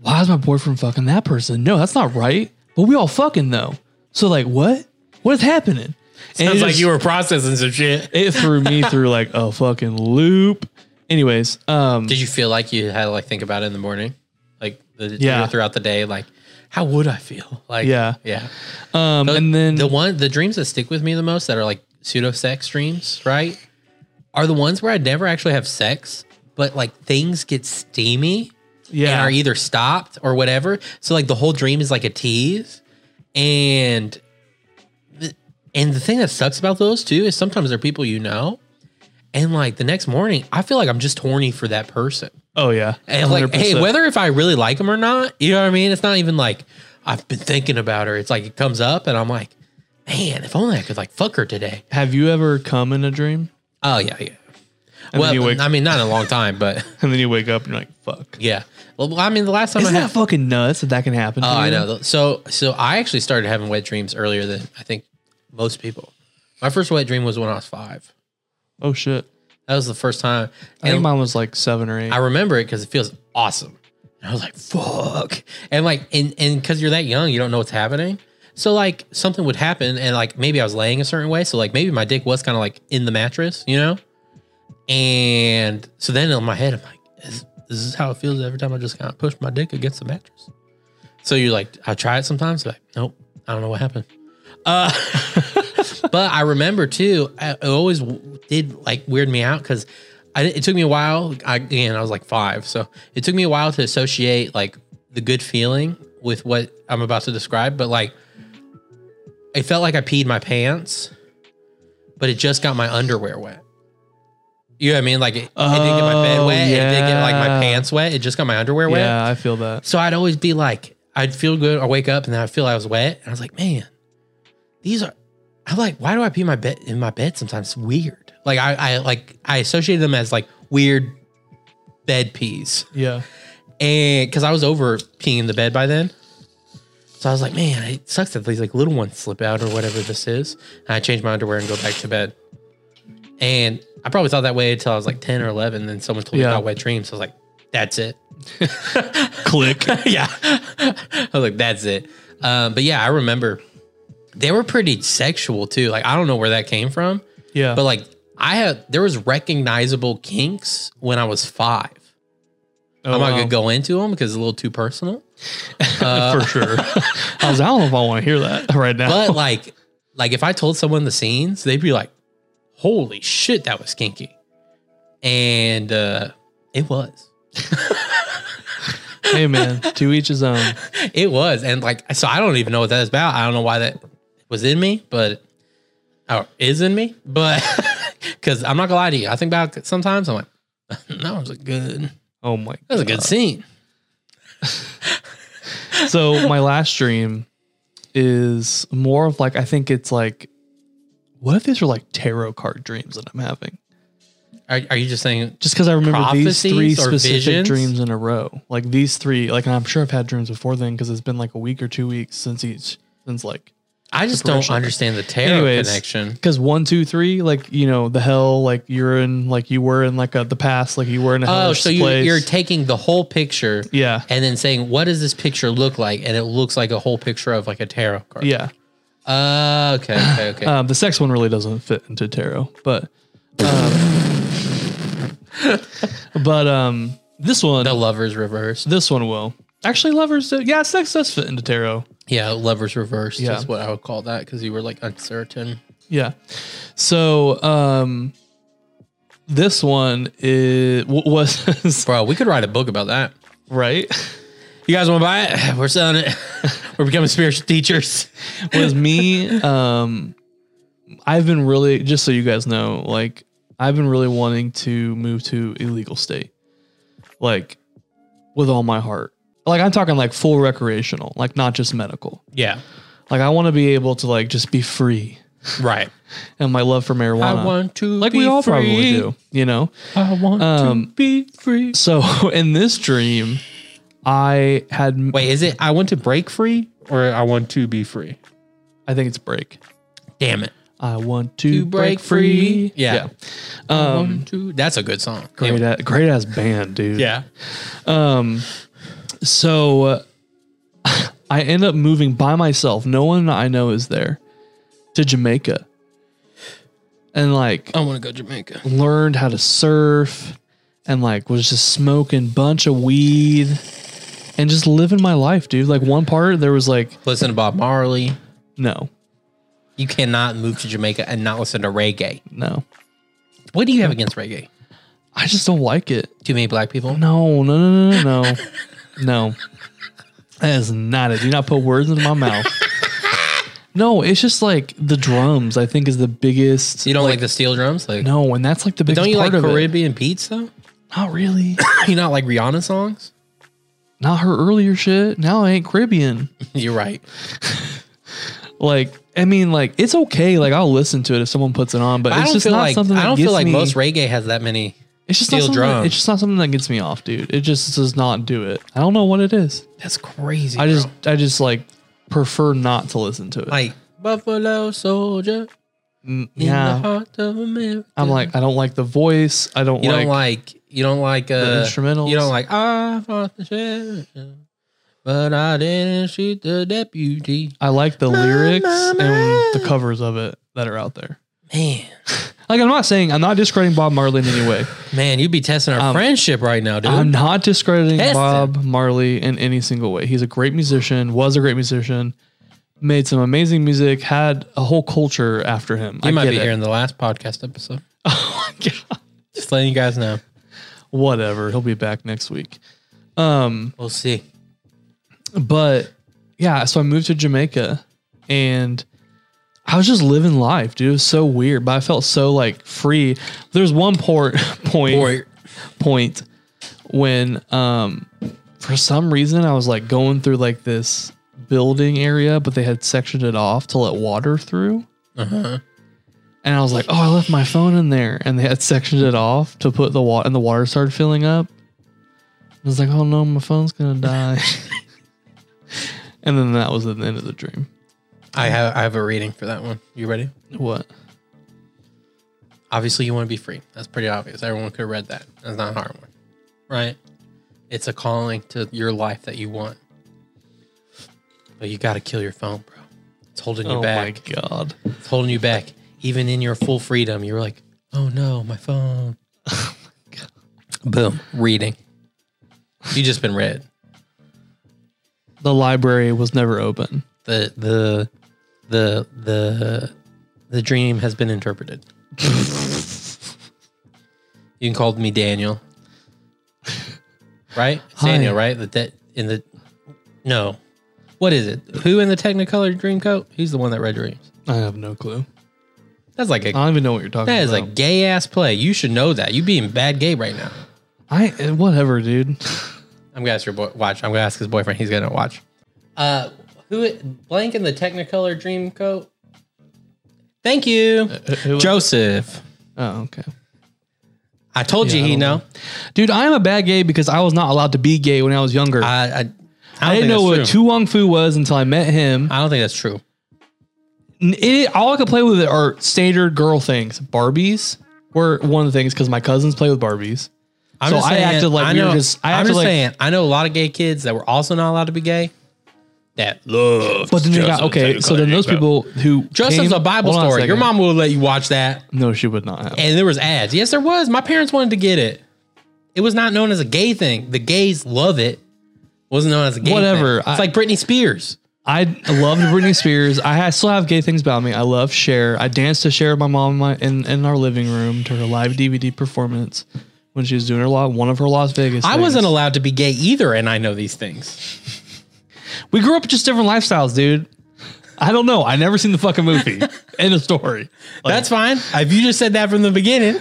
S4: why is my boyfriend fucking that person? No, that's not right. But we all fucking though. So like, what? What is happening? And it
S3: Sounds like
S4: just-
S3: you were processing some shit.
S4: it threw me through like a fucking loop. Anyways, um,
S3: Did you feel like you had to like think about it in the morning, like the,
S4: Yeah.
S3: throughout the day, like how would I feel? Like
S4: Yeah.
S3: yeah.
S4: um, and then
S3: the one the dreams that stick with me the most that are like pseudo sex dreams, right? Are the ones where I never actually have sex, but like things get steamy and
S4: yeah,
S3: are either stopped or whatever. So like the whole dream is like a tease, and the, and the thing that sucks about those too is sometimes they're people you know, and like the next morning I feel like I'm just horny for that person.
S4: oh yeah,
S3: And like, hey,
S4: 100%.
S3: whether if I really like him or not, you know what I mean? It's not even like I've been thinking about her. It's like it comes up and I'm like, man, if only I could like fuck her today.
S4: have you ever come in a dream
S3: Oh yeah, yeah.
S4: And then you
S3: well,
S4: wake-
S3: I mean, not in a long time, but
S4: and then you wake up and you're like, fuck,
S3: yeah. Well, I mean, the last time
S4: isn't
S3: I
S4: that
S3: had,
S4: fucking nuts that that can happen? to
S3: oh, I
S4: you?
S3: know. So, so I actually started having wet dreams earlier than I think most people. My first wet dream was when I was five.
S4: Oh shit,
S3: That was the first time.
S4: I think
S3: And-
S4: mine was like seven or eight.
S3: I remember it because it feels awesome. And I was like, fuck. And like, and and because you're that young, you don't know what's happening. So like something would happen, and like maybe I was laying a certain way. So like maybe my dick was kind of like in the mattress, you know? And so then in my head, I'm like, is, is this how it feels every time I just kind of push my dick against the mattress? So you're like, I try it sometimes, like, nope, I don't know what happened. Uh, but I remember too, I- it always w- did like weird me out because it took me a while. I, again, I was like five, so it took me a while to associate like the good feeling with what I'm about to describe. But like, it felt like I peed my pants, but it just got my underwear wet. You know what I mean? Like it, it didn't get my bed
S4: Oh,
S3: wet. It didn't get like my
S4: yeah.
S3: pants wet. It just got my underwear wet.
S4: yeah, I feel that.
S3: So I'd always be like, I'd feel good. I wake up and then I feel I was wet. And I was like, man, these are. I'm like, why do I pee my bed in my bed sometimes? It's weird. Like I, I like I associated them as like weird bed pees,
S4: Yeah,
S3: and because I was over peeing in the bed by then, so I was like, man, it sucks that these like little ones slip out or whatever this is. And I changed my underwear and go back to bed. And I probably thought that way until I was like ten or eleven. Then someone told me
S4: Yeah.
S3: about wet dreams. So I was like, that's it
S4: click.
S3: yeah. I was like, that's it. Um, but yeah, I remember they were pretty sexual too. Like, I don't know where that came from,
S4: Yeah,
S3: but like, I had there was recognizable kinks when I was five.
S4: Oh,
S3: I'm not
S4: wow.
S3: gonna go into them because it's a little too personal.
S4: for sure. I was. I don't know if I want to hear that right now.
S3: But like, like if I told someone the scenes, they'd be like, "Holy shit, that was kinky," and uh, it was.
S4: hey man, to each his own.
S3: It was, and like, so I don't even know what that is about. I don't know why that was in me, but or is in me, but because I'm not gonna lie to you, I think about it sometimes. I'm like, that was a good,
S4: Oh my.
S3: that was a good scene.
S4: so my last dream is more of like I think it's like, what if these are like tarot card dreams that I'm having?
S3: Are, are you just saying?
S4: Just because I remember these
S3: Prophecies
S4: three
S3: or
S4: specific
S3: visions?
S4: dreams in a row, like these three, like and I'm sure I've had dreams before then because it's been like a week or two weeks since each, since like
S3: I just
S4: The
S3: don't
S4: progression.
S3: understand the tarot
S4: Anyways,
S3: connection.
S4: Because one, two, three, like you know, the hell, like you're in, like you were in, like a, the past, like you were in a
S3: Oh,
S4: hellish
S3: so you,
S4: uh, place.
S3: you're taking the whole picture,
S4: Yeah.
S3: and then saying, "What does this picture look like?" And it looks like a whole picture of like a tarot card.
S4: yeah.
S3: Uh, okay. Okay. Okay.
S4: Um, the sex one really doesn't fit into tarot, but, um, but um, this one,
S3: the lovers reverse.
S4: this one will actually lovers. Do, yeah, sex does fit into tarot.
S3: Yeah, lovers reverse
S4: Yeah.
S3: is what I would call that because you were like uncertain.
S4: Yeah. So um, this one is w- was
S3: Bro, we could write a book about that.
S4: right.
S3: You guys want to buy it? We're selling it. We're becoming spiritual teachers.
S4: was me um i've been really just so you guys know like i've been really wanting to move to a legal state like with all my heart like i'm talking like full recreational like not just medical
S3: Yeah.
S4: like i want to be able to like just be free
S3: Right.
S4: and my love for marijuana
S3: I want to
S4: like
S3: be
S4: we all
S3: free.
S4: probably do you know
S3: I want
S4: Um,
S3: to be free.
S4: so in this dream i had
S3: Wait, is it I want to break free or I want to be free?
S4: i think it's break
S3: Damn it.
S4: i want to,
S3: To break
S4: break, free,
S3: free. Yeah.
S4: yeah. um
S3: Um, to, that's a good song.
S4: great
S3: Anyway.
S4: ass, great ass band dude
S3: Yeah.
S4: Um, so uh, I end up moving by myself. No one I know is there to Jamaica, and like
S3: I want to go to Jamaica.
S4: learned how to surf, and like was just smoking bunch of weed, and just living my life, dude. Like one part there was like
S3: Listen to Bob Marley.
S4: no,
S3: You cannot move to Jamaica and not listen to reggae.
S4: no,
S3: What do you have against reggae?
S4: I just don't like it.
S3: Too many black people?
S4: No, no, no, no, no, no. no. That is not it. Do not put words into my mouth. No, it's just like the drums, I think, is the biggest.
S3: You don't like, the steel drums? Like,
S4: No, and that's like the biggest
S3: don't you like
S4: part of it.
S3: Caribbean beats though?
S4: Not really.
S3: you not like Rihanna songs?
S4: not her earlier shit. Now I ain't Caribbean.
S3: You're right.
S4: Like, I mean, like, it's okay. Like, I'll listen to it if someone puts it on, but,
S3: But I
S4: it's
S3: don't
S4: just
S3: feel
S4: not
S3: like I
S4: something that
S3: don't
S4: gets
S3: feel like
S4: me-
S3: most reggae has that many.
S4: it's just not
S3: steel
S4: something that-
S3: drums.
S4: It's just not something that gets me off, dude. It just does not do it. I don't know what it is.
S3: That's crazy.
S4: I just, I just like prefer not to listen to it.
S3: like Buffalo Soldier in the
S4: yeah,
S3: heart of America.
S4: I'm like, I don't like the voice. I don't
S3: you
S4: like.
S3: don't like you don't like uh,
S4: instrumentals.
S3: You don't like I fought the sheriff, but I didn't shoot the deputy.
S4: I like the lyrics
S3: ma, ma.
S4: and the covers of it that are out there.
S3: Man,
S4: Like, I'm not saying I'm not discrediting Bob Marley in any way.
S3: man, you be testing our friendship right now, dude.
S4: I'm not discrediting
S3: Test it.
S4: Bob Marley in any single way. He's a great musician, was a great musician, made some amazing music, had a whole culture after him.
S3: you
S4: I
S3: might
S4: get
S3: be
S4: it.
S3: here in the last podcast episode.
S4: Oh my God.
S3: Just letting you guys know.
S4: Whatever. He'll be back next week.
S3: We'll see.
S4: But yeah, so I moved to Jamaica and I was just living life, dude. It was so weird, but I felt so like free. There's one port point
S3: Or
S4: point when um for some reason I was like going through like this building area, but they had sectioned it off to let water through. Uh-huh. And I was like, oh, I left my phone in there, and they had sectioned it off to put the water, and the water started filling up. I was like, oh no, my phone's gonna die. and then that was the end of the dream.
S3: I have I have a reading for that one. You ready?
S4: What?
S3: Obviously, you want to be free. That's pretty obvious. Everyone could have read that. That's not a hard one, right? It's a calling to your life that you want, but you got to kill your phone, bro. It's holding you
S4: oh
S3: back.
S4: my god.
S3: It's holding you back. Even in your full freedom, you're like, oh no, my phone.
S4: Oh
S3: Boom. Reading. You just been read.
S4: The library was never open.
S3: The the the the the dream has been interpreted. you can call me Daniel. Right? It's
S4: Hi.
S3: Daniel, right? The de- in the No. What is it? Who in the Technicolor dream coat? Who's the one that read dreams?
S4: I have no clue.
S3: That's like a
S4: I don't even know what you're talking
S3: that is
S4: about.
S3: a gay ass play. You should know that. You being bad gay right now.
S4: I eh, whatever, dude.
S3: I'm gonna ask your boy, watch. I'm gonna ask his boyfriend. He's gonna watch. Uh, who blank in the Technicolor dream coat? Thank you, uh,
S4: Who-
S3: Joseph.
S4: Oh, okay.
S3: I told you
S4: I
S3: he
S4: don't
S3: know.
S4: Dude, I am a bad gay because I was not allowed to be gay when I was younger. I,
S3: I I, I, don't
S4: didn't know what
S3: two.
S4: Tu Wong Fu was until I met him.
S3: I don't think that's true.
S4: N- it, all I could play with it are standard girl things. Barbies were one of the things because my cousins play with Barbies.
S3: I'm
S4: So
S3: just
S4: I
S3: saying,
S4: acted like
S3: I
S4: we were
S3: know.
S4: just- I
S3: am
S4: acted
S3: just
S4: like-
S3: saying. I know a lot of gay kids that were also not allowed to be gay. That love.
S4: But then they got okay. So then those people who
S3: Joseph's
S4: came-
S3: a Bible
S4: hold on a
S3: story. Your
S4: second.
S3: mom will let you watch that.
S4: No, she would not have.
S3: And there was ads. Yes, there was. My parents wanted to get it. It was not known as a gay thing. The gays love it. Wasn't known as a gay
S4: Whatever.
S3: thing.
S4: I-
S3: It's like Britney Spears.
S4: I loved Britney Spears. I ha- still have gay things about me. I love Cher. I danced to Cher with my mom in, my, in, in our living room to her live DVD performance when she was doing her lo- one of her Las Vegas.
S3: I
S4: things.
S3: wasn't allowed to be gay either, and I know these things.
S4: We grew up with just different lifestyles, dude. I don't know. I never seen the fucking movie. End of story.
S3: That's fine. If you just said that from the beginning,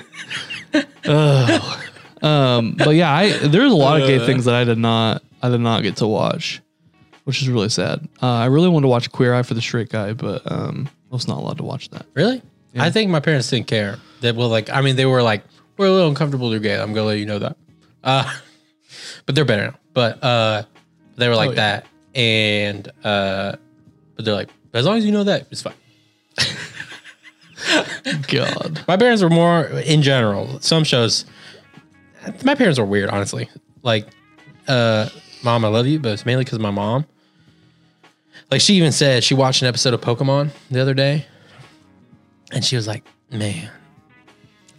S4: But yeah, I there's a lot of gay things that I did not I did not get to watch, which is really sad. Uh, I really wanted to watch Queer Eye for the Straight Guy, but um, I was not allowed to watch that.
S3: really, I think my parents didn't care. They were like, I mean, they were like, we're a little uncomfortable. You're gay. I'm gonna let you know that. Uh, but they're better now. But uh, they were like
S4: Oh, yeah.
S3: that, and uh, but they're like, as long as you know that, it's fine.
S4: God.
S3: My parents were more in general. Some shows, my parents were weird, honestly. Like, uh, mom, I love you, but it's mainly because my mom. Like she even said she watched an episode of Pokemon the other day, and she was like, "Man,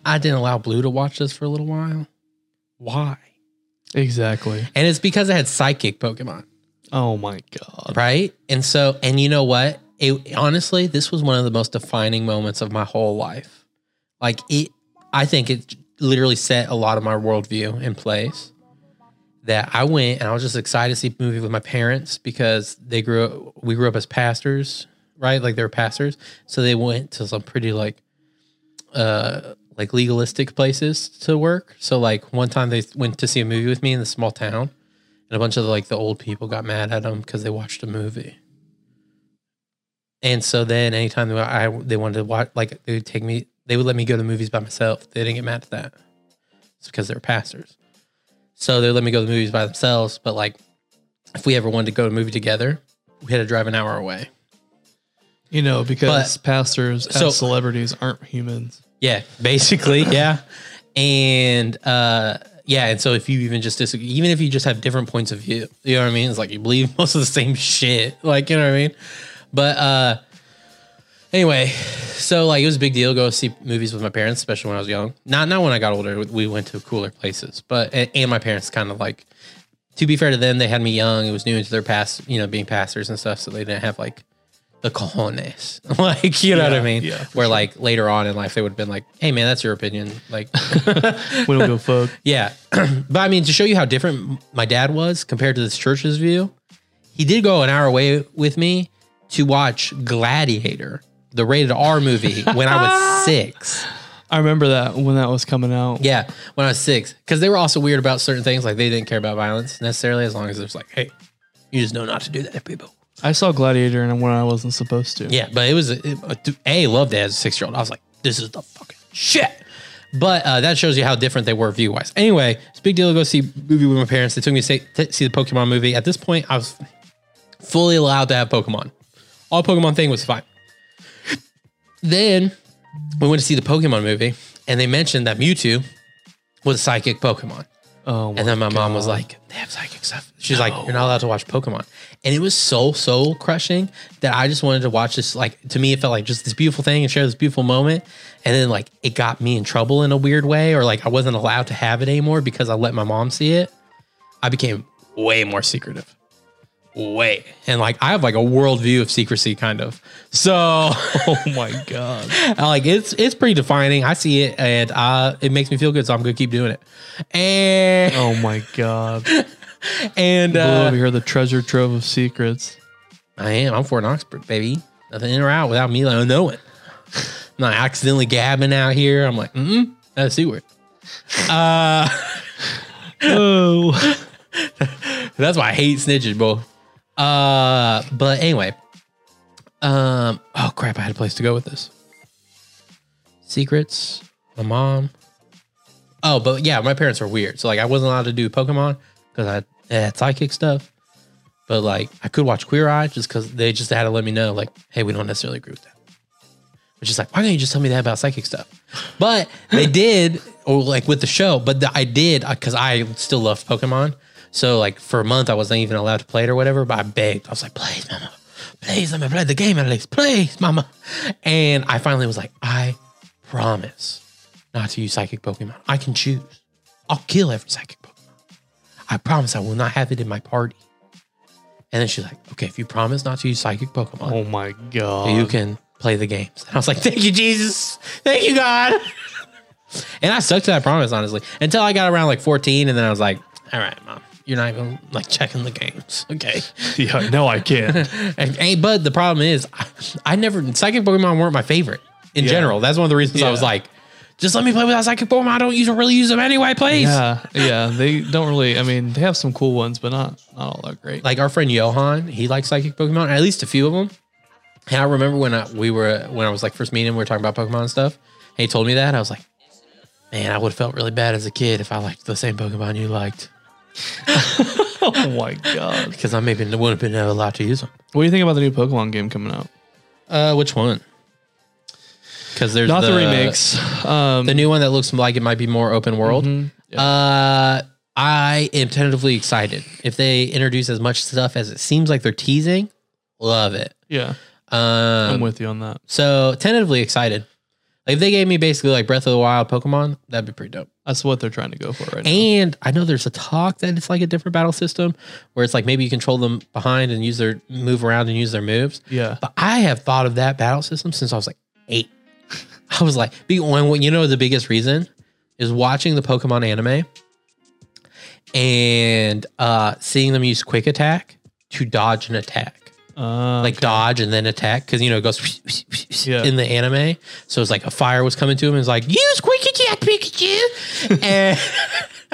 S3: I didn't allow Blue to watch this for a little while. Why?"
S4: Exactly.
S3: And it's because I had psychic Pokemon,
S4: Oh my God.
S3: right? And so, and you know what? It honestly, this was one of the most defining moments of my whole life like it i think it literally set a lot of my worldview in place that i went and i was just excited to see a movie with my parents because they grew up we grew up as pastors right like they were pastors so they went to some pretty like uh like legalistic places to work so like one time they went to see a movie with me in the small town and a bunch of like the old people got mad at them because they watched a movie and so then anytime they, I, they wanted to watch, like they would take me, they would let me go to the movies by myself. They didn't get mad at that. It's because they're pastors. So they would let me go to the movies by themselves. But like if we ever wanted to go to a movie together, we had to drive an hour away.
S4: You know, because pastors
S3: so-
S4: as celebrities aren't humans.
S3: Yeah, basically, yeah. And uh yeah, and so if you even just disagree, even if you just have different points of view, you know what I mean? It's like you believe most of the same shit, like you know what I mean? But uh anyway, so like it was a big deal to go see movies with my parents, especially when I was young. Not not when I got older, we went to cooler places, but and, and my parents kind of like to be fair to them, they had me young. It was new into their past, you know, being pastors and stuff, so they didn't have like the cojones. like, you know what I mean?
S4: yeah, for
S3: Where like later on in life they would have been like, hey man, that's your opinion. Like
S4: We don't go fuck.
S3: yeah. but I mean, to show you how different my dad was compared to this church's view, he did go an hour away with me to watch Gladiator, the rated R movie, when I was six.
S4: I remember that when that was coming out.
S3: Yeah, when I was six. Because they were also weird about certain things. Like they didn't care about violence necessarily, as long as it was like, hey, you just know not to do that to people.
S4: I saw Gladiator and when I wasn't supposed to.
S3: Yeah, but it was it, uh, a loved it as a six year old. I was like, this is the fucking shit. But uh, that shows you how different they were view wise. Anyway, it's a big deal to go see a movie with my parents. They took me to see, to see the Pokemon movie. At this point, I was fully allowed to have Pokemon. All Pokemon thing was fine. Then we went to see the Pokemon movie, and they mentioned that Mewtwo was a psychic Pokemon.
S4: Oh,
S3: And then my mom was like, they have psychic stuff. She's like, you're not allowed to watch Pokemon. And it was so soul crushing that I just wanted to watch this. Like, to me, it felt like just this beautiful thing and share this beautiful moment. And then, like, it got me in trouble in a weird way, or like I wasn't allowed to have it anymore because I let my mom see it. I became way more secretive. Way. And like, I have like a worldview of secrecy, kind of. So.
S4: oh my God.
S3: I like it's it's pretty defining. I see it and uh it makes me feel good, so I'm gonna keep doing it. And
S4: Oh my God. Blue
S3: and uh,
S4: over here, the treasure trove of secrets.
S3: I am. I'm Fort Knox, baby. Nothing in or out without me like, knowing. I'm not accidentally gabbing out here. I'm like, mm-mm, that's secret. Uh,
S4: Oh.
S3: That's why I hate snitches, bro. Uh, but anyway, um, oh crap, I had a place to go with this. Secrets, my mom, Oh, but yeah, my parents were weird. So like I wasn't allowed to do Pokemon because I had psychic stuff. But like I could watch Queer Eye just because they just had to let me know, like, hey, we don't necessarily agree with that. Which is like, why can't you just tell me that about psychic stuff? But they did, or like with the show, but the, I did because I still love Pokemon. So like for a month I wasn't even allowed to play it or whatever, but I begged. I was like, please, mama, please let me play the game at least. Please, mama. And I finally was like, I promise not to use psychic Pokemon. I can choose. I'll kill every psychic Pokemon. I promise I will not have it in my party. And then she's like, okay, if you promise not to use psychic Pokemon,
S4: Oh my god.
S3: you can play the games. And I was like, thank you, Jesus. Thank you, God. and I stuck to that promise, honestly, until I got around like 14. And then I was like, all right, mom, you're not even like checking the games. Okay.
S4: Yeah, no, I can't.
S3: And, and- but the problem is, I, I never psychic Pokemon weren't my favorite in general. That's one of the reasons I was
S4: Yeah.
S3: like, just let me play without psychic Pokemon. I don't use really use them anyway, please.
S4: yeah, yeah. They don't really. I mean, they have some cool ones, but not not all that great.
S3: Like our friend Johan, he likes psychic Pokemon, at least a few of them. And I remember when I we were when I was like first meeting him, we were talking about Pokemon and stuff. And he told me that I was like, man, I would have felt really bad as a kid if I liked the same Pokemon you liked
S4: oh my god.
S3: because I maybe wouldn't have been allowed to use them.
S4: What do you think about the new Pokemon game coming out?
S3: Uh, which one? Because there's
S4: Not the,
S3: the
S4: remakes. Um,
S3: the new one that looks like it might be more open world. Uh, I am tentatively excited. If they introduce as much stuff as it seems like they're teasing, love it.
S4: yeah, I'm
S3: Um,
S4: with you on that.
S3: so tentatively excited. Like if they gave me basically like Breath of the Wild Pokemon, that'd be pretty dope.
S4: That's what they're trying to go for right now.
S3: And I know there's a talk that it's like a different battle system where it's like maybe you control them behind and use their move around and use their moves.
S4: Yeah.
S3: But I have thought of that battle system since I was like eight. I was like, be- when, when- you know, the biggest reason is watching the Pokemon anime and uh, seeing them use quick attack to dodge an attack
S4: Uh,
S3: like dodge and then attack because you know it goes
S4: Yeah.
S3: in the anime. So it's like a fire was coming to him and it's like use quick attack Pikachu, and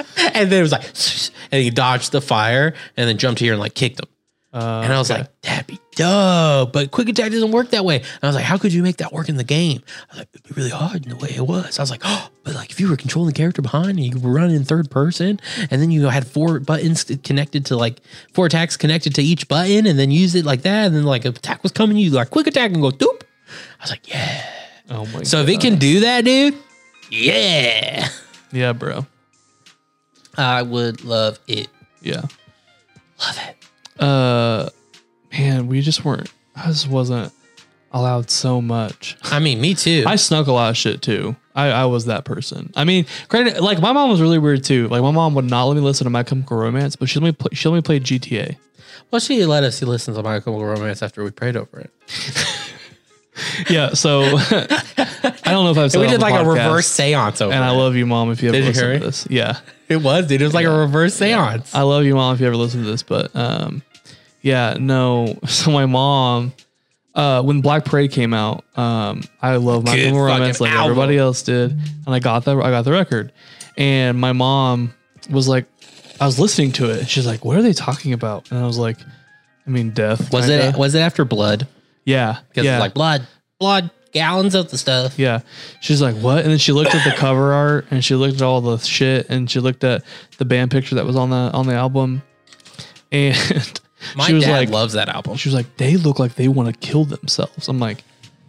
S3: and then it was like and he dodged the fire and then jumped here and like kicked him.
S4: uh,
S3: And I was
S4: okay.
S3: like, that'd be dope. But quick attack doesn't work that way. And I was like, how could you make that work in the game? I was like, it'd be really hard in the way it was. I was like, oh, but like if you were controlling the character behind and you could run in third person, and then you had four buttons connected to like four attacks connected to each button, and then use it like that, and then like an attack was coming, you like quick attack and go doop. I was like, yeah.
S4: oh my.
S3: So if it can do that, dude, yeah.
S4: yeah, bro.
S3: I would love it.
S4: Yeah.
S3: Love it.
S4: Uh, man, we just weren't. I just wasn't allowed so much.
S3: I mean, me too.
S4: I snuck a lot of shit too. I, I was that person. I mean, credit like my mom was really weird too. Like my mom would not let me listen to My Chemical Romance, but she let me play, she let me play GTA.
S3: well, she let us listen to My Chemical Romance after we prayed over it.
S4: Yeah, so I don't know if I've said
S3: we
S4: it on
S3: did
S4: the
S3: like a
S4: podcast,
S3: reverse seance over
S4: And I
S3: it.
S4: love you, mom. If you ever
S3: Did you
S4: listen
S3: hear
S4: to
S3: it?
S4: this, yeah,
S3: it was dude it was like a reverse seance
S4: I love you, mom. If you ever listen to this, but um, yeah, no. So my mom, uh, when Black Parade came out, um, I love My
S3: Good
S4: Chemical
S3: fucking
S4: Romance like
S3: album.
S4: everybody else did, and I got that. I got the record, and my mom was like, I was listening to it. and She's like, "What are they talking about?" And I was like, "I mean, death."
S3: was
S4: kinda."
S3: it was it after blood
S4: Yeah,
S3: because
S4: yeah.
S3: it's like blood blood gallons of the stuff
S4: Yeah. She's like, what? And then she looked at the cover art and she looked at all the shit and she looked at the band picture that was on the on the album. And
S3: my
S4: she was
S3: dad
S4: like
S3: loves that album
S4: she was like, they look like they want to kill themselves. I'm like,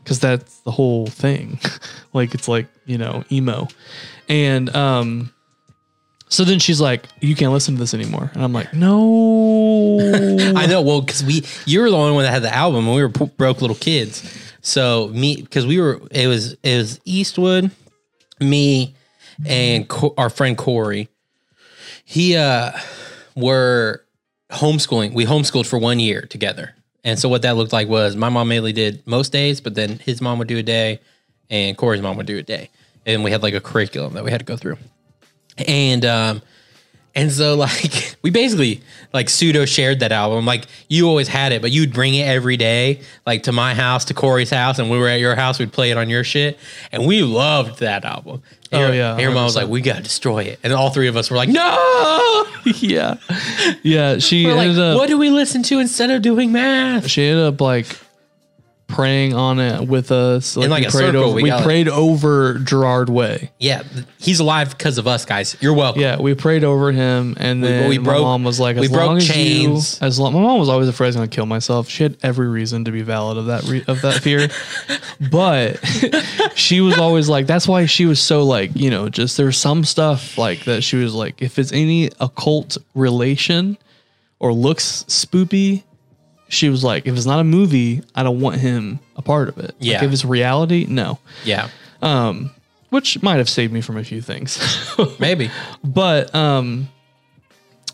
S4: because that's the whole thing. like it's like, you know, emo. And um so then she's like, you can't listen to this anymore. And I'm like, no.
S3: i know well because we you were the only one that had the album and we were po- broke little kids so me because we were it was it was eastwood me and Co- our friend corey he uh were homeschooling. We homeschooled for one year together. And so what that looked like was my mom mainly did most days, but then his mom would do a day and Corey's mom would do a day. And we had like a curriculum that we had to go through. And um and so like we basically like pseudo shared that album. Like you always had it, but you'd bring it every day, like to my house, to Corey's house, and we were at your house, we'd play it on your shit. And we loved that album. And
S4: Oh,
S3: your-
S4: yeah,
S3: and Your mom was
S4: 100%.
S3: like, We gotta destroy it. And all three of us were like, No,
S4: yeah. Yeah. She
S3: We're like,
S4: ended up
S3: what do we listen to instead of doing math?
S4: she ended up like praying on it with us. Like,
S3: In like
S4: we
S3: a
S4: prayed
S3: circle,
S4: over,
S3: we
S4: we,
S3: got it.
S4: prayed over Gerard Way.
S3: Yeah, th- he's alive because of us, guys. You're welcome.
S4: Yeah, we prayed over him, and then
S3: we
S4: my
S3: broke-
S4: mom was like, "As
S3: we broke
S4: long as
S3: chains.
S4: you, as long." My mom was always afraid I was going to kill myself. She had every reason to be valid of that re- of that fear, but she was always like, "That's why she was so like, you know, just there's some stuff like that." She was like, "If it's any occult relation or looks spoopy." She was like, if it's not a movie, I don't want him a part of it. Like,
S3: Yeah.
S4: if it's reality, no.
S3: Yeah,
S4: Which might have saved me from a few things.
S3: maybe.
S4: But um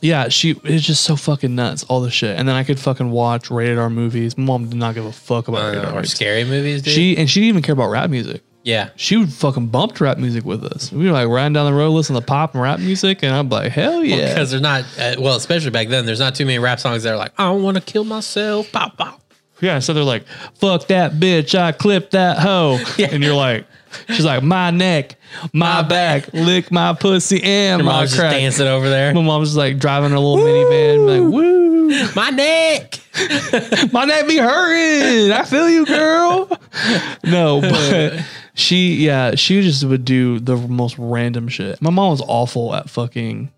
S4: yeah, she it's just so fucking nuts, all the shit. And then I could fucking watch rated R movies. Mom did not give a fuck about rated R.
S3: or
S4: movies.
S3: scary movies, dude.
S4: She and she didn't even care about rap music.
S3: yeah,
S4: She would fucking bump rap music with us. We were like riding down the road listening to pop and rap music, and I'm like, hell yeah.
S3: because there's not uh, well, especially back then. There's not too many rap songs that are like, I don't want to kill myself. Pop, pop.
S4: yeah, so they're like, fuck that bitch, I clipped that hoe. And you're like, she's like, my neck, my back, lick my pussy, and
S3: Your
S4: my
S3: mom's just
S4: crack.
S3: dancing over there.
S4: My mom's just like driving her little minivan, like, woo.
S3: My neck.
S4: my neck be hurting. I feel you, girl. No, but she, yeah, she just would do the most random shit. My mom was awful at fucking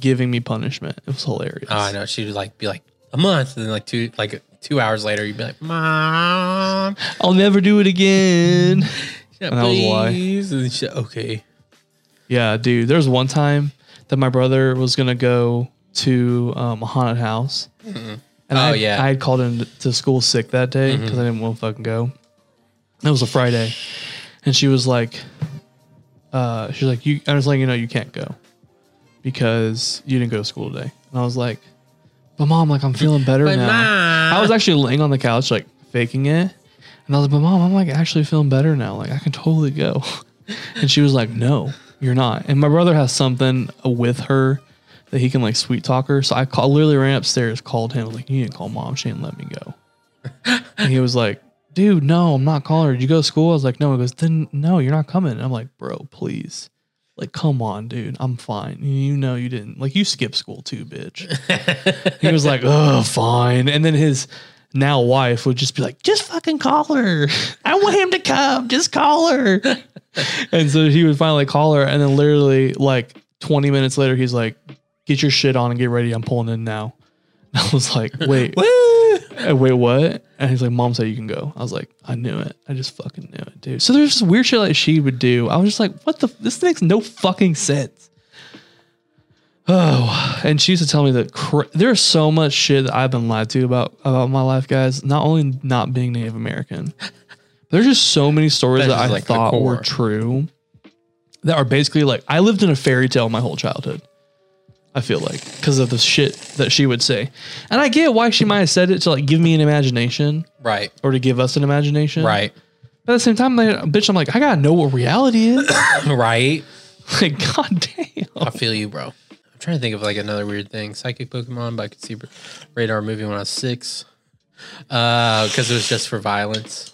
S4: giving me punishment. It was hilarious.
S3: Oh, I know. She would like be like a month, and then like two like two hours later, you'd be like, Mom,
S4: I'll never do it again.
S3: yeah,
S4: that was a lie.
S3: please. And she, okay,
S4: Yeah, dude. There was one time that my brother was gonna go to um, a haunted house, and I,
S3: Oh, yeah. Mm-hmm.
S4: I had called in to school sick that day because I didn't want to fucking go. It was a Friday, and she was like, uh, "She's like, you." I was like, "You know, you can't go because you didn't go to school today." And I was like, "But mom, like, I'm feeling better
S3: But
S4: now."
S3: Mom.
S4: I was actually laying on the couch, like faking it, and I was like, "But mom, I'm like actually feeling better now. Like, I can totally go." And she was like, "No, you're not." And my brother has something with her that he can like sweet talk her. So I call, literally ran upstairs, called him, like, "You didn't call mom. She didn't let me go." and he was like, "Dude, no, I'm not calling her. Did you go to school?" I was like, "No." He goes, "Then no, you're not coming." And I'm like, "Bro, please." Like, come on, dude. I'm fine. You know you didn't. Like, you skipped school too, bitch. he was like, oh, fine. And then his now wife would just be like, just fucking call her. I want him to come. Just call her. and so he would finally call her. And then literally, like 20 minutes later, he's like, get your shit on and get ready. I'm pulling in now. I was like, wait, uh, wait, what? And he's like, Mom said you can go. I was like, I knew it. I just fucking knew it, dude. So there's this weird shit like she would do. I was just like, what the? This makes no fucking sense. Oh, and she used to tell me that cr- there's so much shit that I've been lied to about about my life, guys. Not only not being Native American, but there's just so many stories
S3: That's
S4: that I
S3: just, like, the
S4: thought were
S3: core.
S4: true that are basically like I lived in a fairy tale my whole childhood. I feel like because of the shit that she would say, and I get why she might have said it to like give me an imagination
S3: right,
S4: or to give us an imagination.
S3: right,
S4: But at the same time, like, bitch, I'm like I gotta know what reality is.
S3: right.
S4: like, goddamn.
S3: I feel you, bro. I'm trying to think of like another weird thing. Psychic Pokemon, but I could see radar movie when I was six. Uh, because it was just for violence.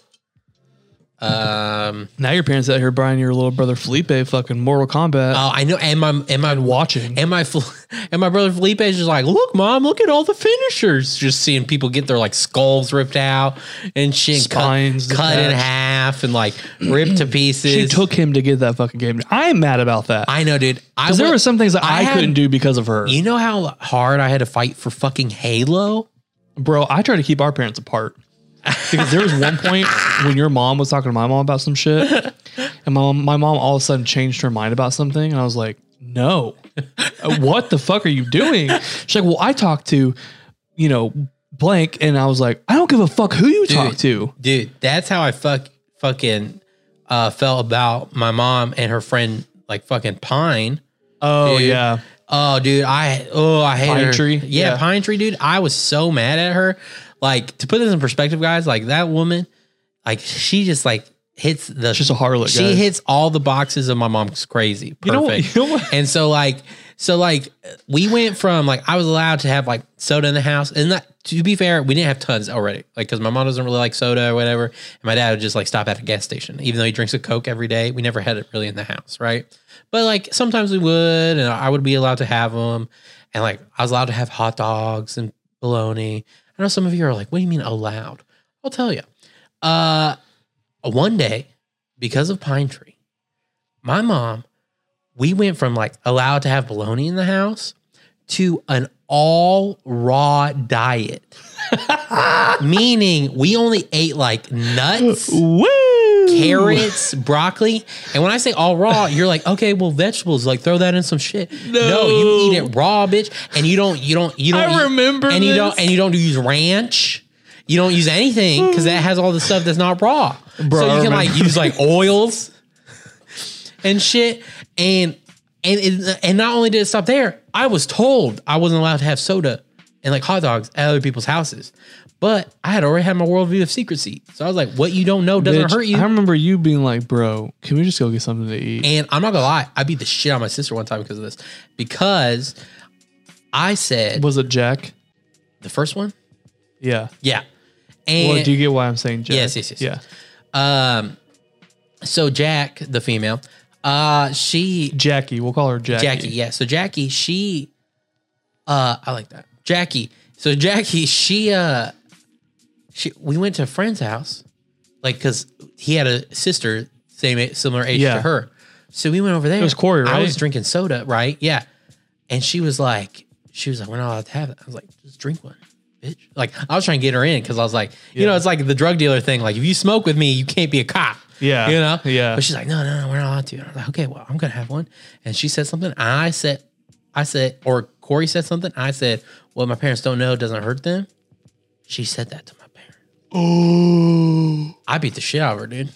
S3: Um.
S4: Now your parents out here, Brian, your little brother Felipe, fucking Mortal Kombat.
S3: Oh, I know. And my and my
S4: watching.
S3: and my fl- and my brother Felipe is just like, look, mom, look at all the finishers. Just seeing people get their like skulls ripped out and shit, cut-
S4: Spines
S3: cut, in
S4: detached.
S3: half and like ripped to pieces.
S4: she took him to get that fucking game. I'm mad about that.
S3: I know, dude. I
S4: 'Cause there
S3: went-
S4: were some things that I,
S3: had-
S4: couldn't do because of her.
S3: You know how hard I had to fight for fucking Halo.
S4: Bro, I try to keep our parents apart. Because there was one point when your mom was talking to my mom about some shit, and my mom, my mom all of a sudden changed her mind about something, and I was like, "No, Uh, what the fuck are you doing?" She's like, "Well, I talked to, you know, blank," and I was like, "I don't give a fuck who you talk to."
S3: dude that's how i fuck fucking uh felt about my mom and her friend like fucking pine
S4: Oh
S3: Dude.
S4: yeah,
S3: oh dude i oh i hate
S4: Pine
S3: her.
S4: Tree?
S3: yeah,
S4: Yeah.
S3: pine tree dude i was so mad at her like to put this in perspective guys like that woman like she just like hits the
S4: She's a harlot,
S3: she
S4: guys.
S3: hits all the boxes of my mom's crazy perfect
S4: You know what- you know what-
S3: and so like so like we went from like I was allowed to have like soda in the house, and that to be fair, we didn't have tons already. Like because my mom doesn't really like soda or whatever, and my dad would just like stop at a gas station, even though he drinks a Coke every day. We never had it really in the house, right? But like sometimes we would, and I would be allowed to have them, and like I was allowed to have hot dogs and bologna. I know some of you are like, "What do you mean allowed?" I'll tell you. Uh, one day, because of Pine Tree, my mom, we went from like allowed to have bologna in the house to an all raw diet, meaning we only ate like nuts.
S4: Woo!
S3: Carrots, broccoli, and when I say all raw, you're like, okay, well, vegetables, like throw that in some shit. No, you eat it raw, bitch, and you don't, you don't, you don't.
S4: I
S3: eat-
S4: remember
S3: and you don't,
S4: this.
S3: and you don't use ranch. You don't use anything because that has all the stuff that's not raw.
S4: Bro,
S3: so
S4: I
S3: you can
S4: remember.
S3: like use like oils and shit. And and it, and not only did it stop there, I was told I wasn't allowed to have soda and like hot dogs at other people's houses. But I had already had my worldview of secrecy, so I was like, "What you don't know doesn't
S4: Bitch,
S3: hurt you."
S4: I remember you being like, bro, can we just go get something to eat?
S3: And I'm not gonna lie, I beat the shit out of my sister one time because of this. Because I said
S4: was it Jack?
S3: the first one,
S4: Yeah.
S3: yeah. And
S4: well, do you get why I'm saying Jack?
S3: Yes, yes, yes,
S4: Yeah.
S3: um, so Jack, the female, uh, she
S4: Jackie. We'll call her Jackie.
S3: Jackie, yeah. So Jackie, she, uh, I like that Jackie. So Jackie, she, uh, she, we went to a friend's house, like because he had a sister same similar age
S4: Yeah.
S3: to her. So we went over there. It
S4: was Corey,
S3: I
S4: right?
S3: was drinking soda, right? Yeah. And she was like, she was like, we're not allowed to have it. I was like, just drink one, bitch. Like, I was trying to get her in because I was like, you know,
S4: Yeah.
S3: it's like the drug dealer thing. Like, if you smoke with me, you can't be a cop.
S4: Yeah.
S3: You know?
S4: Yeah.
S3: But she's like, no, no, no, we're not allowed to. And I was like, okay, well, I'm going to have one. And she said something. And I said, I said, or Corey said something. I said, well, my parents don't know. It doesn't hurt them. She said that to my parents.
S4: Oh.
S3: I beat the shit out of her, dude.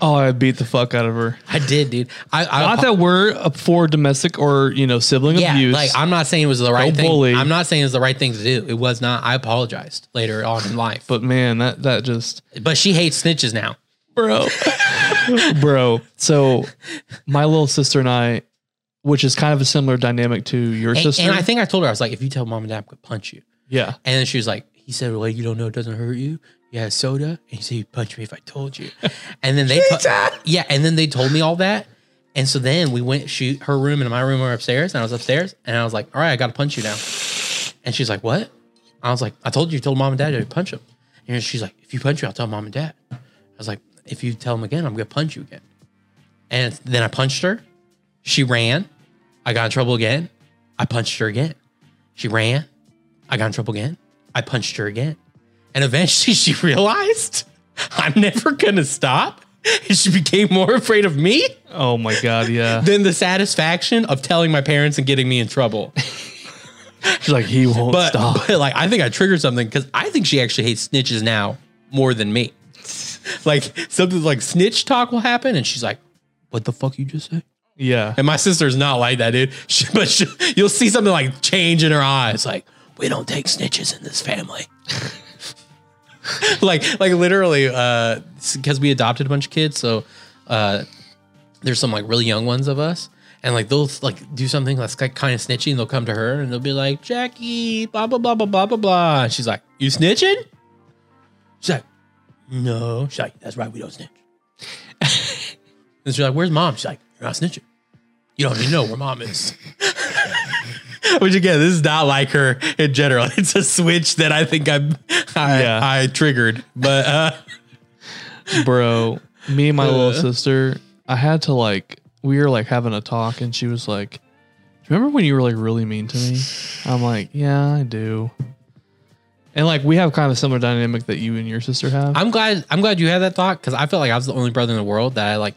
S4: Oh, I beat the fuck out of her.
S3: I did, dude. I, I
S4: Not that we're up for domestic or you know sibling
S3: yeah,
S4: abuse.
S3: like I'm not saying it was the right
S4: Don't
S3: thing.
S4: bully.
S3: I'm not saying it was the right thing to do. It was not. I apologized later on in life, but
S4: but man, that that just
S3: but she hates snitches now.
S4: bro, bro. So my little sister and I, which is kind of a similar dynamic to your
S3: And,
S4: sister.
S3: and I think I told her I was like, if you tell mom and dad, I'm gonna punch you.
S4: yeah,
S3: And then she was like, he said, well, you don't know, it doesn't hurt you. You had soda, and he said, you punch me if I told you. And then they, to- yeah, and then they told me all that. And so then we went shoot her room and my room were upstairs, and I was upstairs, and I was like, all right, I gotta punch you now. And she's like, what? I was like, I told you, you told mom and dad to punch him. And she's like, if you punch me, I'll tell mom and dad. I was like, if you tell him again, I'm gonna punch you again. And then I punched her. She ran. I got in trouble again. I punched her again. She ran. I got in trouble again. I punched her again. And eventually she realized I'm never going to stop. And she became more afraid of me
S4: Oh my god, yeah.
S3: than the satisfaction of telling my parents and getting me in trouble.
S4: She's like, he won't
S3: But,
S4: stop.
S3: but like, I think I triggered something because I think she actually hates snitches now more than me. Like, something like snitch talk will happen. And she's like, what the fuck you just say?
S4: Yeah.
S3: And my sister's not like that, dude. She, but she, you'll see something like change in her eyes, like we don't take snitches in this family. like, like literally, because we adopted a bunch of kids, so uh, there's some like really young ones of us, and like they'll like do something that's like kind of snitchy, and they'll come to her and they'll be like, "Jackie, blah blah blah blah blah blah blah." And she's like, "You snitching?" She's like, "No." She's like, "That's right, we don't snitch." and she's like, "Where's mom?" She's like, "You're not snitching." You don't even know where mom is. Which again, this is not like her in general. It's a switch that I think I'm, I,
S4: Yeah.
S3: I triggered. But uh,
S4: bro me and my
S3: Uh.
S4: little sister i had to like we were like having a talk and she was like "Do you remember when you were like really mean to me i'm like yeah i do and like we have kind of a similar dynamic that you and your sister have
S3: I'm glad I'm glad you had that thought because I felt like I was the only brother in the world that I like.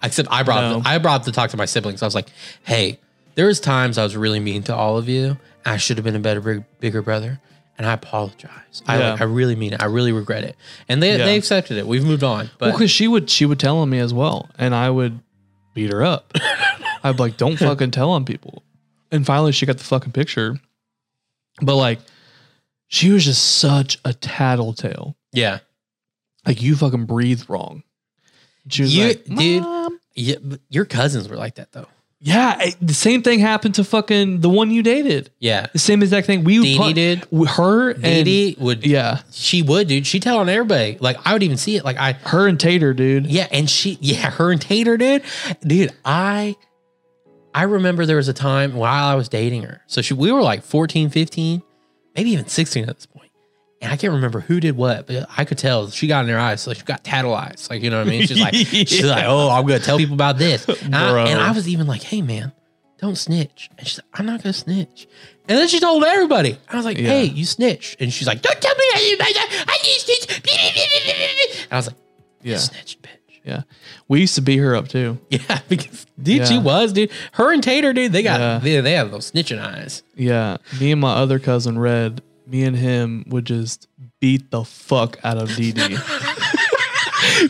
S3: Except I brought
S4: No.
S3: I brought up the talk to my siblings. I was like, "Hey, there was times I was really mean to all of you. I should have been a better, big, bigger brother, and I apologize. I
S4: Yeah.
S3: like, I really mean it. I really regret it." And they
S4: Yeah.
S3: they accepted it. We've moved on. But
S4: well because she would she would tell on me as well and i would beat her up i'd be like don't fucking tell on people and finally she got the fucking picture but like she was just such a tattletale
S3: yeah,
S4: like you fucking breathe wrong she was
S3: You-
S4: like
S3: dude,
S4: "Mom,
S3: yeah but your cousins were like that though.
S4: Yeah, I- the same thing happened to fucking the one you dated.
S3: Yeah,
S4: The same exact thing. We
S3: Dee Dee did.
S4: w- her and
S3: Dee Dee would
S4: yeah,
S3: She would, dude. She tell on everybody. Like I would even see it. Like I,
S4: her and Tater, dude.
S3: yeah, and she, yeah, her and Tater, dude, dude. I, I remember there was a time while I was dating her. So she, we were like 14, 15, maybe even sixteen at this point, And I can't remember who did what, but I could tell she got in her eyes. So she got tattle eyes. Like, you know what I mean? She's like, she's like, oh, I'm going to tell people about this. And
S4: Bro.
S3: I, and I was even like, hey, man, don't snitch. And she's like, I'm not going to snitch. And then she told everybody. I was like,
S4: Yeah.
S3: hey, you snitched. And she's like, don't tell me that you I need snitch. And I was like, you
S4: Yeah.
S3: snitched, bitch.
S4: Yeah. We used to beat her up too.
S3: Yeah, because dude, she
S4: Yeah.
S3: was dude. Her and Tater, dude, they got
S4: Yeah.
S3: they, they have those snitching eyes.
S4: Yeah. Me and my other cousin Red, me and him would just beat the fuck out of Dee Dee.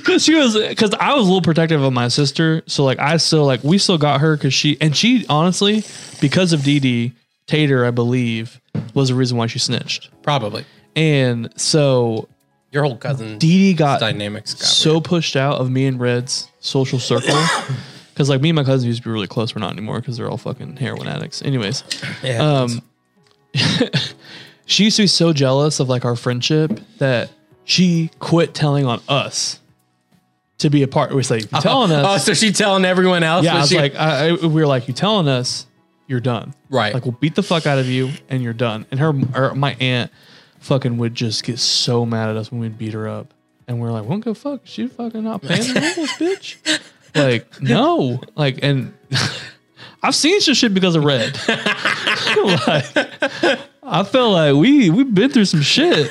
S4: Cause she was, cause I was a little protective of my sister, so like I still like we still got her, cause she and she honestly, because of Dee Dee Tater, I believe, was the reason why she snitched,
S3: Probably
S4: and so
S3: your whole cousin
S4: Dee Dee got
S3: dynamics. Got
S4: so pushed out of me and Red's social circle. Cause like me and my cousins used to be really close. We're not anymore because they're all fucking heroin addicts. Anyways,
S3: weird. Yeah,
S4: um, she used to be so jealous of like our friendship that she quit telling on us to be a part. It was like you telling
S3: oh,
S4: us.
S3: so she telling everyone else.
S4: yeah, I
S3: that
S4: was
S3: she-
S4: like, I, I- we were like, you telling us, you're done.
S3: Right.
S4: Like we'll beat the fuck out of you and you're done. And her, her my aunt, fucking would just get so mad at us when we'd beat her up. And we're like, we don't give a fuck. She fucking not paying the rules, bitch. Like no, like and. I've seen some shit because of Red. Like, I felt like we we've been through some shit.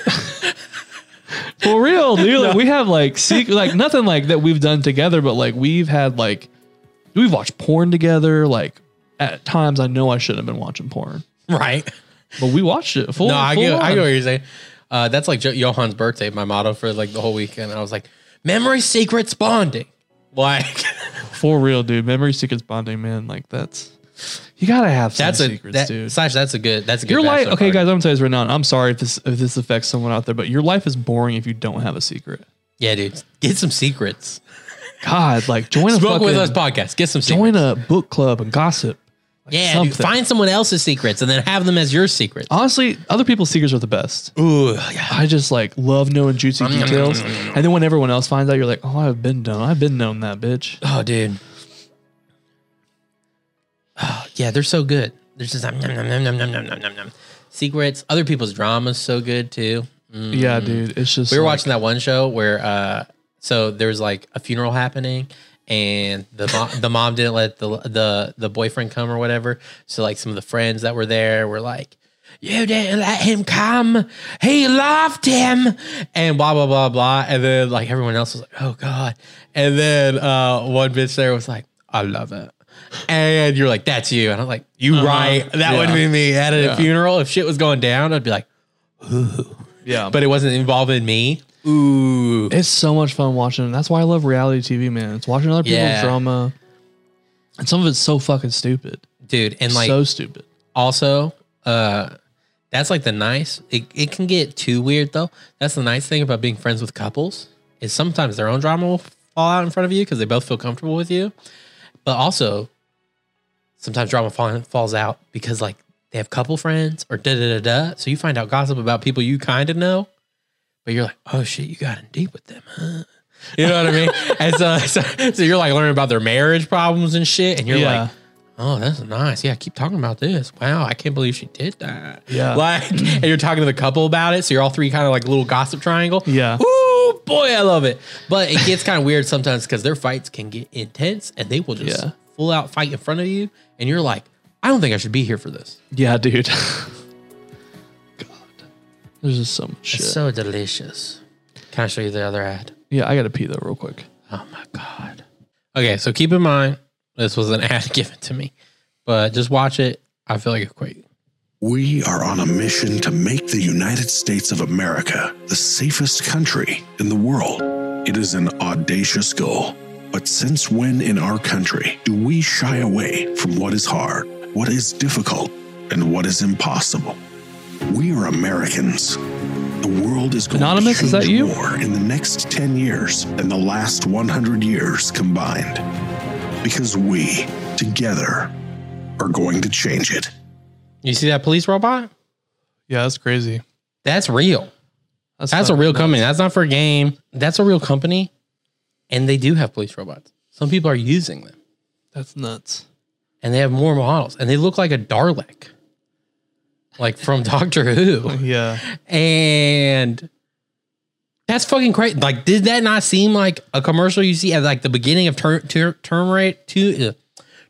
S4: For real, dude. Like, we have like secret, like nothing like that we've done together, but like we've had like we've watched porn together. Like at times, I know I shouldn't have been watching porn,
S3: right.
S4: but we watched it. Full,
S3: No, I
S4: full
S3: get, I
S4: on.
S3: get what you're saying. Uh, that's like jo- Johan's birthday. My motto for like the whole weekend. I was like, memory secrets bonding. Like
S4: for real, dude. Memory secrets bonding, man. Like that's you gotta have some
S3: that's a
S4: secrets,
S3: that,
S4: dude.
S3: Sash, that's a good. That's a good.
S4: Your life,
S3: bachelor
S4: okay,
S3: party.
S4: guys. I'm gonna tell you this right now. and I'm sorry if this if this affects someone out there, but your life is boring if you don't have a secret.
S3: Yeah, dude, get some secrets.
S4: God, like join a
S3: Smoke
S4: fucking,
S3: with us podcast. Get some secrets.
S4: join a book club and gossip.
S3: yeah, dude,
S4: something.
S3: find someone else's secrets and then have them as your secrets.
S4: Honestly, other people's secrets are the best.
S3: Ooh, yeah.
S4: I just like love knowing juicy
S3: Mm-hmm.
S4: details, and then when everyone else finds out, you're like, "Oh, I've been known. I've been known that bitch."
S3: Oh, dude. Oh, yeah, they're so good. They're just um, nom, nom, nom, nom, nom, nom, nom, nom, nom. secrets. Other people's dramas so good too. Mm.
S4: Yeah, dude. It's just
S3: We were
S4: like-
S3: watching that one show where uh, so there was like a funeral happening. And the mom, the mom didn't let the the the boyfriend come or whatever. So like some of the friends that were there were like, "You didn't let him come. He loved him." And blah blah blah blah. And then like everyone else was like, "Oh god." And then uh, one bitch there was like, "I love it." And you're like, "That's you." And I'm like, "You right? That
S4: Uh-huh. Yeah.
S3: would be me at a funeral. If shit was going down, I'd be like."
S4: Yeah, but
S3: but it wasn't involving me. Ooh.
S4: it's so much fun watching. That's why I love reality TV, man. It's watching other people's
S3: Yeah.
S4: drama, and some of it's so fucking stupid,
S3: Dude, and like
S4: so stupid.
S3: also, uh that's like the nice it, it can get too weird though. That's the nice thing about being friends with couples is sometimes their own drama will fall out in front of you because they both feel comfortable with you. But also sometimes drama fall, falls out because like they have couple friends or da da da da. So you find out gossip about people you kind of know, but you're like, oh shit, you got in deep with them, huh? You know what I mean? and so, so, so you're like learning about their marriage problems and shit, and you're
S4: Yeah.
S3: like, oh, that's nice. Yeah, keep talking about this. Wow, I can't believe she did that.
S4: Yeah.
S3: Like, and you're talking to the couple about it. So you're all three kind of like a little gossip triangle.
S4: Yeah.
S3: Ooh, boy, I love it. But it gets kind of weird sometimes because their fights can get intense and they will just
S4: Yeah.
S3: full out fight in front of you. And you're like, I don't think I should be here for this.
S4: Yeah, dude. God, there's just so much shit.
S3: It's so delicious. Can I show you the other ad?
S4: yeah, I gotta pee though, real quick.
S3: Oh my God. Okay, so keep in mind, this was an ad given to me, but just watch it. I feel like a quake.
S6: We are on a mission to make the United States of America the safest country in the world. It is an audacious goal. But since when in our country do we shy away from what is hard, what is difficult, and what is impossible? We are Americans. The world is going
S4: Anonymous,
S6: to
S4: is
S6: change
S4: that you?
S6: more in the next 10 years than the last 100 years combined. Because we, together, are going to change it.
S3: You see that police robot?
S4: Yeah, that's crazy.
S3: That's real. That's a
S4: fucking
S3: real
S4: nuts.
S3: company. That's not for a game. That's a real company. And they do have police robots. Some people are using them
S4: That's nuts.
S3: and they have more models and they look like a Dalek. like from Doctor Who.
S4: Yeah.
S3: And that's fucking crazy. Like, did that not seem like a commercial you see at like the beginning of ter- ter- Terminator? To, uh,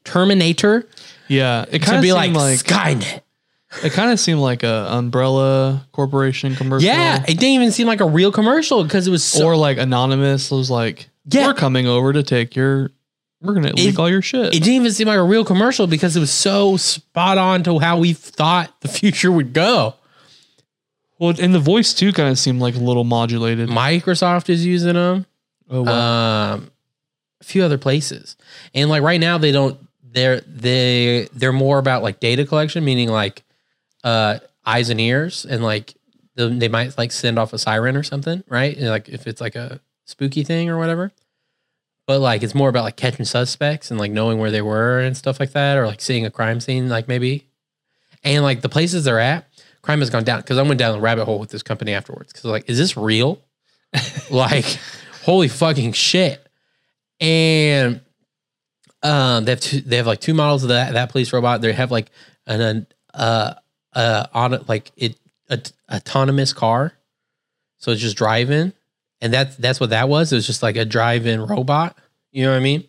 S3: Terminator
S4: Yeah.
S3: to
S4: It kind of
S3: be like,
S4: seemed like,
S3: Skynet.
S4: it kind of seemed like a umbrella corporation commercial.
S3: Yeah, it didn't even seem like a real commercial because it was so.
S4: or like anonymous was like,
S3: Yeah.
S4: we're coming over to take your, we're gonna leak all your shit.
S3: it didn't even seem like a real commercial because it was so spot on to how we thought the future would go.
S4: well, and the voice too kind of seemed like a little modulated.
S3: Microsoft is using them.
S4: Oh, wow.
S3: um, a few other places. And like right now, they don't. They're they they're more about like data collection, meaning like uh, eyes and ears, and like the, they might like send off a siren or something, right? And, like if it's like a spooky thing or whatever. But like it's more about like catching suspects and like knowing where they were and stuff like that, or like seeing a crime scene, like maybe. And like the places they're at, crime has gone down. Because I went down the rabbit hole with this company afterwards. Because like, is this real? like holy fucking shit and um they have two they have like two models of that that police robot they have like an, an uh uh on it like it a, autonomous car so it's just driving and that's that's what that was it was just like a drive-in robot you know what i mean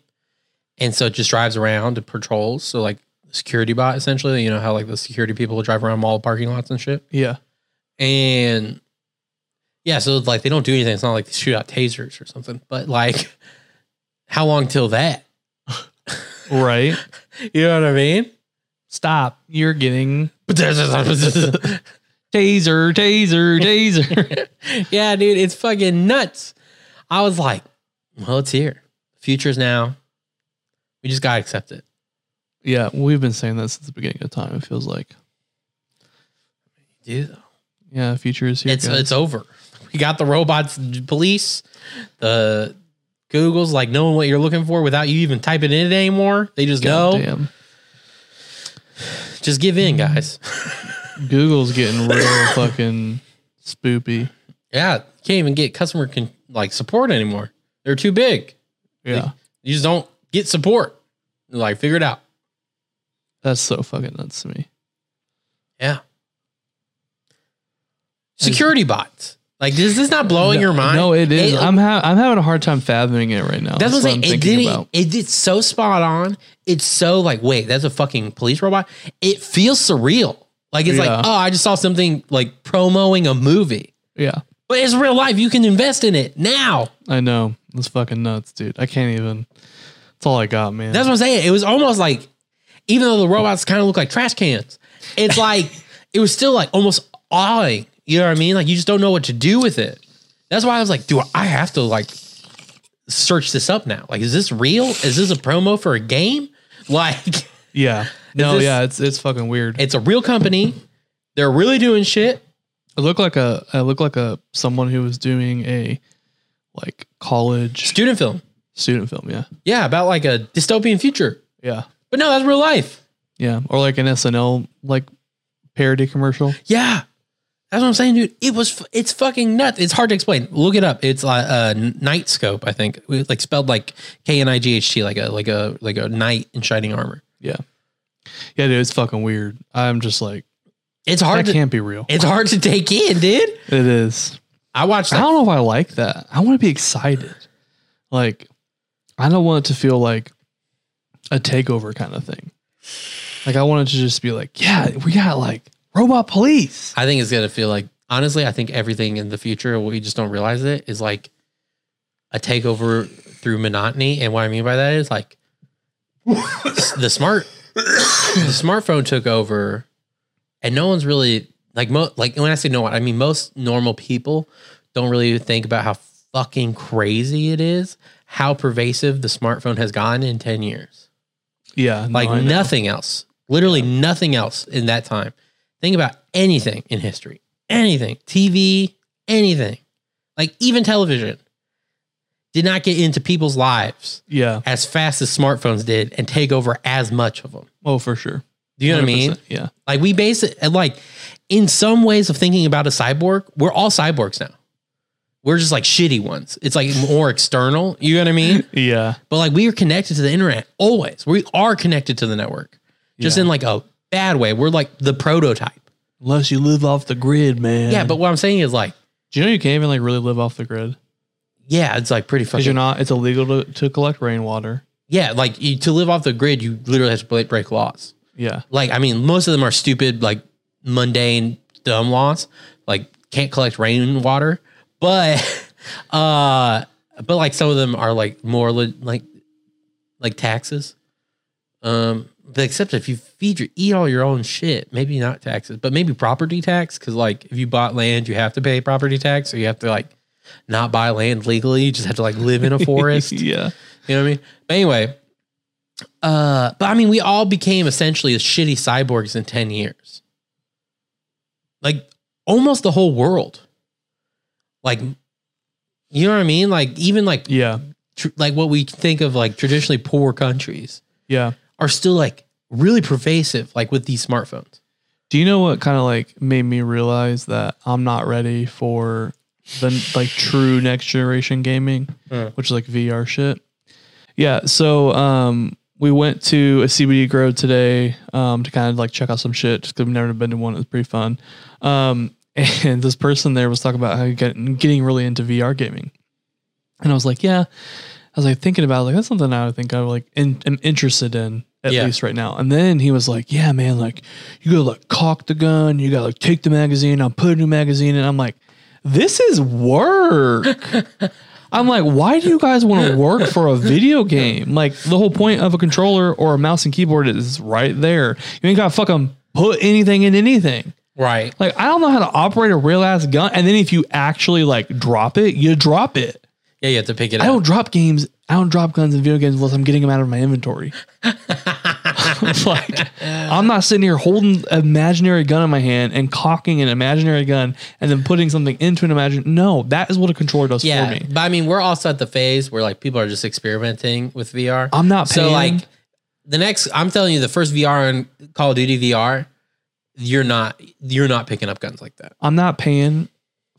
S3: and so it just drives around and patrols so like security bot essentially you know how like the security people will drive around mall parking lots and shit
S4: yeah.
S3: and yeah, so like they don't do anything. It's not like they shoot out tasers or something. But like, how long till that?
S4: Right.
S3: You know what I mean?
S4: Stop. You're getting
S3: yeah,
S4: taser, taser, taser.
S3: dude, it's fucking nuts. I was like, well, it's here. Future's now. We just gotta accept it.
S4: yeah. We've been saying that since the beginning of time. It feels like,
S3: Dude,
S4: yeah, future is here.
S3: it's
S4: guys.
S3: it's over. We got the robots, police, the Google's like knowing what you're looking for without you even typing in it anymore. They just know.
S4: Damn.
S3: Just give in, guys.
S4: Google's getting real fucking spoopy.
S3: Yeah, you can't even get customer con- like support anymore. They're too big.
S4: Yeah.
S3: You just don't get support. Like figure it out.
S4: That's so fucking nuts to me.
S3: Yeah. Security bots. Like this is not blowing
S4: no,
S3: your mind.
S4: No, it is.
S3: It-
S4: I'm ha- I'm having a hard time fathoming it right now.
S3: that's what I'm saying.
S4: I'm
S3: it
S4: thinking
S3: didn't.
S4: about.
S3: It, it's so spot on. It's so like, wait, that's a fucking police robot. It feels surreal. Like it's
S4: Yeah.
S3: like, oh, I just saw something like promoting a movie,
S4: Yeah,
S3: but it's real life. You can invest in it now.
S4: I know. That's fucking nuts, dude. I can't even. That's all I got, man.
S3: That's what I'm saying. It was almost like, even though the robots kind of look like trash cans, it's like it was still like almost awing. You know what I mean? Like you just don't know what to do with it. That's why I was like, do I have to like search this up now? Like, is this real? Is this a promo for a game? Like,
S4: yeah. No,
S3: this-
S4: yeah. It's it's fucking weird. It,
S3: it's a real company. They're really doing shit.
S4: looked like a. I look like a someone who was doing a like college
S3: Student film.
S4: student film. Yeah.
S3: Yeah, about like a dystopian future.
S4: Yeah.
S3: But no, that's real life.
S4: Yeah. Or like an SNL like parody commercial.
S3: Yeah. That's what I'm saying, dude. It was, it's fucking nuts. It's hard to explain. Look it up. It's like uh, night scope, I think. It's like spelled like K N I G H T, like a like a like a knight in shining armor.
S4: Yeah. Yeah, dude. It's fucking weird. I'm just like
S3: It's hard.
S4: that
S3: To,
S4: can't be real.
S3: it's hard to take in, dude.
S4: it is.
S3: I watched.
S4: I
S3: Like,
S4: don't know if I like that. I want to be excited. Like, I don't want it to feel like a takeover kind of thing. Like, I want it to just be like, yeah, we got like robot police.
S3: I think it's gonna feel like honestly. I think everything in the future, we just don't realize it, is like a takeover through monotony. And what I mean by that is like s- the smart the smartphone took over, and no one's really like mo- like when I say no one, I mean most normal people don't really think about how fucking crazy it is, how pervasive the smartphone has gone in ten years
S4: Yeah. no,
S3: like
S4: I know.
S3: nothing else literally nothing else in that time think about anything in history anything tv anything like even television did not get into people's lives
S4: Yeah.
S3: as fast as smartphones did and take over as much of them
S4: Oh, for sure.
S3: do you know what i mean
S4: 100%, Yeah.
S3: like we base it and like in some ways of thinking about a cyborg we're all cyborgs now we're just like shitty ones it's like more external you know what i mean
S4: Yeah.
S3: but like we are connected to the internet always. We are connected to the network, just
S4: Yeah.
S3: in like a bad way. We're like the prototype.
S4: Unless you live off the grid, man.
S3: Yeah, but what I'm saying is like,
S4: do you know you can't even like really live off the grid
S3: yeah, it's like pretty
S4: because
S3: fucking.
S4: you're not. It's illegal to, to collect rainwater.
S3: yeah, like you, to live off the grid, you literally have to break- break laws.
S4: Yeah,
S3: Like, I mean, most of them are stupid, like mundane, dumb laws. Like, can't collect rainwater, but, uh, but like some of them are like more le- like, like taxes. Um, but except if you feed your eat all your own shit, maybe not taxes, but maybe property tax. Cause like if you bought land, you have to pay property tax, or you have to like not buy land legally. You just have to like live in a forest.
S4: yeah.
S3: You know what I mean? But anyway, uh, but I mean, we all became essentially as shitty cyborgs in 10 years. Like almost the whole world. Like, you know what I mean? Like, even like,
S4: Yeah.
S3: tr- like what we think of like traditionally poor countries
S4: Yeah.
S3: are still like really pervasive, like with these smartphones.
S4: Do you know what kind of like made me realize that I'm not ready for the like true next generation gaming,
S3: Mm.
S4: which is like VR shit? Yeah. So um, we went to a CBD grow today um, to kind of like check out some shit just because we've never been to one. It was pretty fun. Um, and this person there was talking about how he get, getting really into VR gaming, and I was like, yeah. I was like thinking about it, like that's something I would think I would like in, am interested in at
S3: Yeah.
S4: least right now. And then he was like, yeah, man, like you gotta like cock the gun, you gotta like take the magazine, I'll put a new magazine, and I'm like, this is work. I'm like, why do you guys want to work for a video game? Like the whole point of a controller or a mouse and keyboard is right there. You ain't gotta fucking put anything in anything.
S3: Right.
S4: Like I don't know how to operate a real ass gun. And then if you actually like drop it, you drop it.
S3: Yeah, you have to pick it
S4: I
S3: up.
S4: don't drop games. I don't drop guns in video games unless I'm getting them out of my inventory. like I'm not sitting here holding an imaginary gun in my hand and cocking an imaginary gun and then putting something into an imaginary. No, that is what a controller does
S3: yeah.
S4: for me.
S3: But I mean, we're also at the phase where like people are just experimenting with VR.
S4: I'm not
S3: So
S4: paying.
S3: like the next, I'm telling you, the first VR on Call of Duty VR, you're not you're not picking up guns like that.
S4: I'm not paying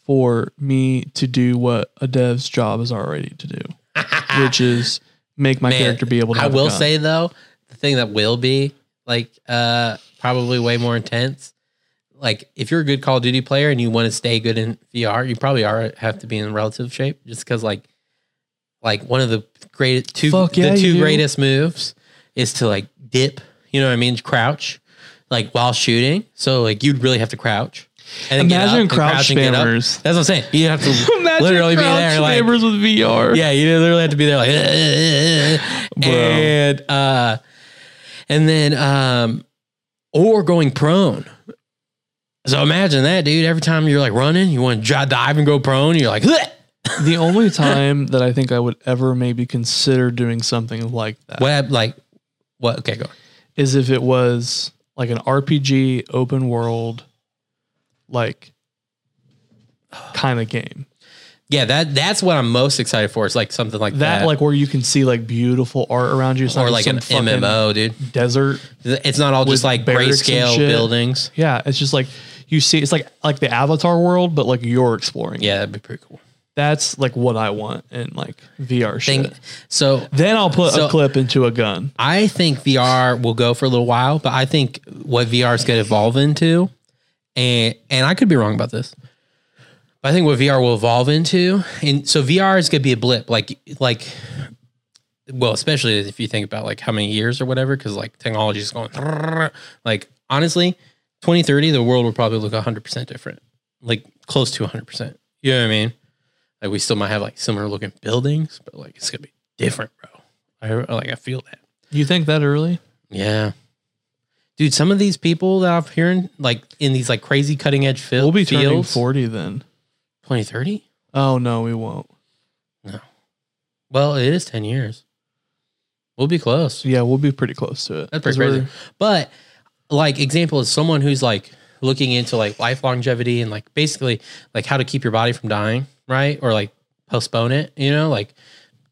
S4: for me to do what a dev's job is already to do, which is make my
S3: Man,
S4: character be able to.
S3: I
S4: have a
S3: will
S4: gun.
S3: say though, the thing that will be like uh probably way more intense. Like if you're a good Call of Duty player and you want to stay good in VR, you probably are have to be in relative shape just because like like one of the great two
S4: Fuck yeah,
S3: the two
S4: you do.
S3: greatest moves is to like dip, you know what I mean, crouch like while shooting. So like you'd really have to crouch. And then get
S4: Imagine
S3: up and
S4: crouch
S3: and get up.
S4: spammers.
S3: That's what I'm saying. You have to
S4: Imagine
S3: literally be
S4: crouch
S3: there like
S4: neighbors with VR.
S3: yeah, you literally have to be there like, "Eh, eh, eh, eh,"
S4: Bro.
S3: and uh, and then um, or going prone. So imagine that, dude. Every time you're like running, you want to dive and go prone. You're like, "Bleh."
S4: The only time that I think I would ever maybe consider doing something like that
S3: what? Like, what? Okay, go.
S4: is if it was like an RPG open world, like kind of game.
S3: Yeah, that that's what I'm most excited for. It's like something like that,
S4: That like where you can see like beautiful art around you, it's not
S3: or like
S4: just
S3: an
S4: some fucking
S3: MMO, dude.
S4: desert.
S3: It's not all just
S4: with
S3: like
S4: barracks and
S3: grayscale
S4: shit.
S3: buildings.
S4: Yeah, it's just like you see, it's like like the Avatar world, but like you're exploring.
S3: Yeah, that'd be pretty cool.
S4: that's like what I want in like VR shit.
S3: Thing. So
S4: Then I'll put
S3: So-
S4: a clip into a gun.
S3: I think VR will go for a little while, but I think what VR is going to evolve into, and and I could be wrong about this, but I think what VR will evolve into, and so VR is going to be a blip, like like, well, especially if you think about like how many years or whatever, because like technology is going, like honestly, twenty thirty, the world will probably look hundred percent different, like close to hundred percent. You know what I mean? Like we still might have like similar looking buildings, but like it's gonna be different, bro. I like I feel that.
S4: You think that early?
S3: Yeah. Dude, some of these people that I'm hearing, like in these like crazy cutting edge fields,
S4: We'll be turning
S3: fields,
S4: forty then.
S3: 2030?
S4: Oh no, we won't.
S3: Well, it is 10 years. We'll be close.
S4: Yeah, we'll be pretty close to it.
S3: That's pretty
S4: 'Cause we're-
S3: crazy. But like example is someone who's like looking into like life longevity and like basically like how to keep your body from dying, right? Or like postpone it, you know, like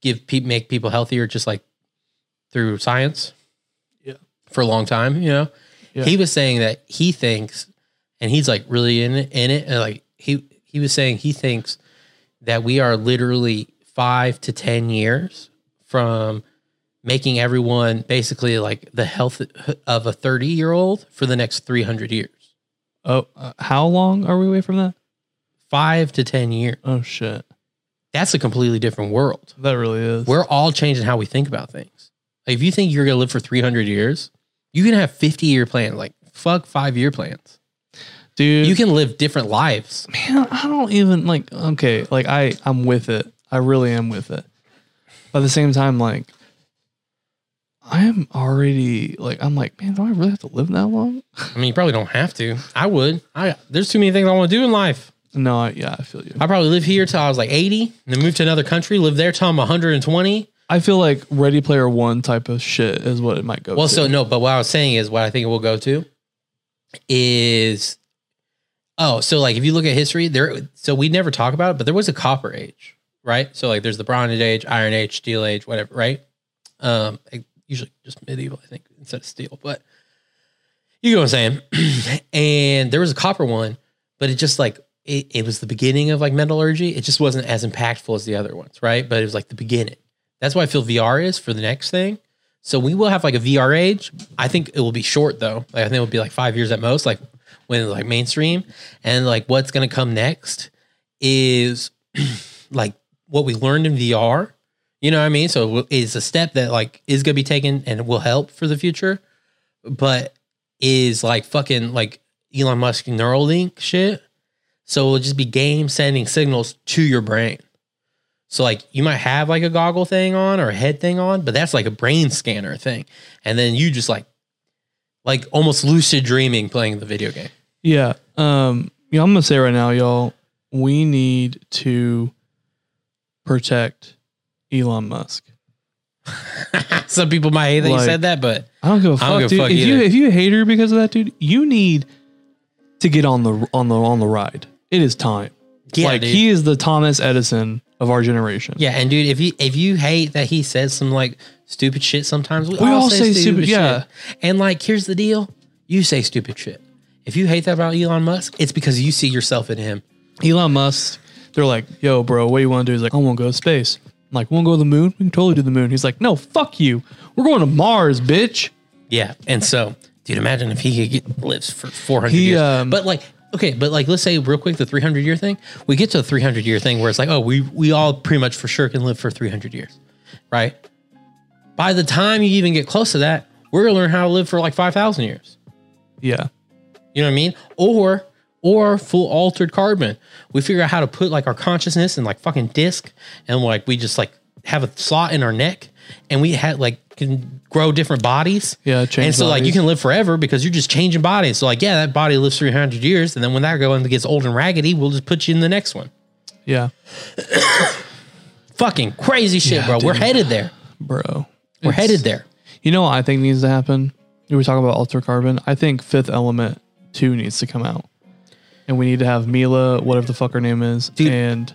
S3: give pe- make people healthier just like through science.
S4: Yeah.
S3: For a long time, you know.
S4: Yeah.
S3: He was saying that he thinks and he's like really in it, in it and like he he was saying he thinks that we are literally 5 to 10 years from making everyone basically like the health of a 30 year old for the next 300 years.
S4: Oh, uh, how long are we away from that?
S3: Five to 10 years.
S4: Oh shit,
S3: That's a completely different world.
S4: that really is.
S3: We're all changing how we think about things. Like, if you think you're going to live for 300 years, you can have 50 year plans. Like, fuck five year plans.
S4: dude?
S3: You can live different lives.
S4: man, I don't even like. Okay, like I, I'm with it. I really am with it. But at the same time, like, I am already like, I'm like, man, do I really have to live that long?
S3: I mean, you probably don't have to. I would. I There's too many things I want to do in life.
S4: No, I, yeah, I feel you.
S3: I probably live here till I was like 80 and then move to another country, live there till I'm 120.
S4: I feel like Ready Player One type of shit is what it might go.
S3: Well,
S4: to.
S3: so no, but what I was saying is what I think it will go to is oh, so like if you look at history, there so we never talk about it, but there was a copper age, right? So like there's the Bronze Age, Iron Age, Steel Age, whatever, right? Um like, usually just medieval, I think, instead of steel, but you know what I'm saying. and there was a copper one, but it just like it, it was the beginning of like metallurgy. It just wasn't as impactful as the other ones, right? But it was like the beginning. That's why I feel VR is for the next thing. So we will have like a VR age. I think it will be short though. Like I think it will be like five years at most, like when it's, like mainstream. And like what's gonna come next is like what we learned in VR. You know what I mean? So it's a step that like is gonna be taken and will help for the future, but is like fucking like Elon Musk Neuralink shit. So it'll just be game sending signals to your brain. So like you might have like a goggle thing on or a head thing on, but that's like a brain scanner thing. And then you just like like almost lucid dreaming playing the video game.
S4: Yeah. Um, yeah, I'm gonna say right now, y'all, we need to protect Elon Musk.
S3: Some people might hate that you
S4: Like-
S3: said that, but
S4: I don't give a fuck,
S3: I don't give a
S4: dude.
S3: fuck
S4: if you
S3: either.
S4: if you hate her because of that, dude, you need to get on the on the on the ride. It is time.
S3: yeah,
S4: like
S3: dude.
S4: he is the Thomas Edison of our generation.
S3: yeah, and dude, if you if you hate that he says some like stupid shit sometimes, we,
S4: all say stupid- yeah.
S3: shit. And like here's the deal, you say stupid shit. If you hate that about Elon Musk, it's because you see yourself in him.
S4: Elon Musk, they're like, yo, bro, what do you want to do? He's like, I want to go to space. I'm like, want to go to the moon? We can totally do the moon. He's like, no, fuck you. We're going to Mars, bitch.
S3: Yeah, and so, dude, imagine if he could get, lives for four hundred
S4: He,
S3: years.
S4: um,
S3: but like, okay, but like, let's say real quick, the three hundred year thing. We get to the three hundred year thing where it's like, oh, we we all pretty much for sure can live for three hundred years, right? By the time you even get close to that, we're gonna learn how to live for like five thousand years.
S4: Yeah.
S3: You know what I mean? Or or full altered carbon. We figure out how to put like our consciousness in like fucking disc and like we just like have a slot in our neck and we had like can grow different bodies.
S4: Yeah, change
S3: And so like you
S4: bodies.
S3: can live forever because you're just changing bodies. So like yeah, that body lives 300 years and then when that going gets old and raggedy, we'll just put you in the next one.
S4: Yeah.
S3: Fucking crazy shit,
S4: Yeah,
S3: bro. We're
S4: dude.
S3: headed there.
S4: Bro.
S3: We're
S4: It's-
S3: headed there.
S4: You know what I think needs to happen? We were talking about Alter Carbon. I think Fifth Element 2 needs to come out. And we need to have Mila, whatever the fuck her name is,
S3: Dude.
S4: and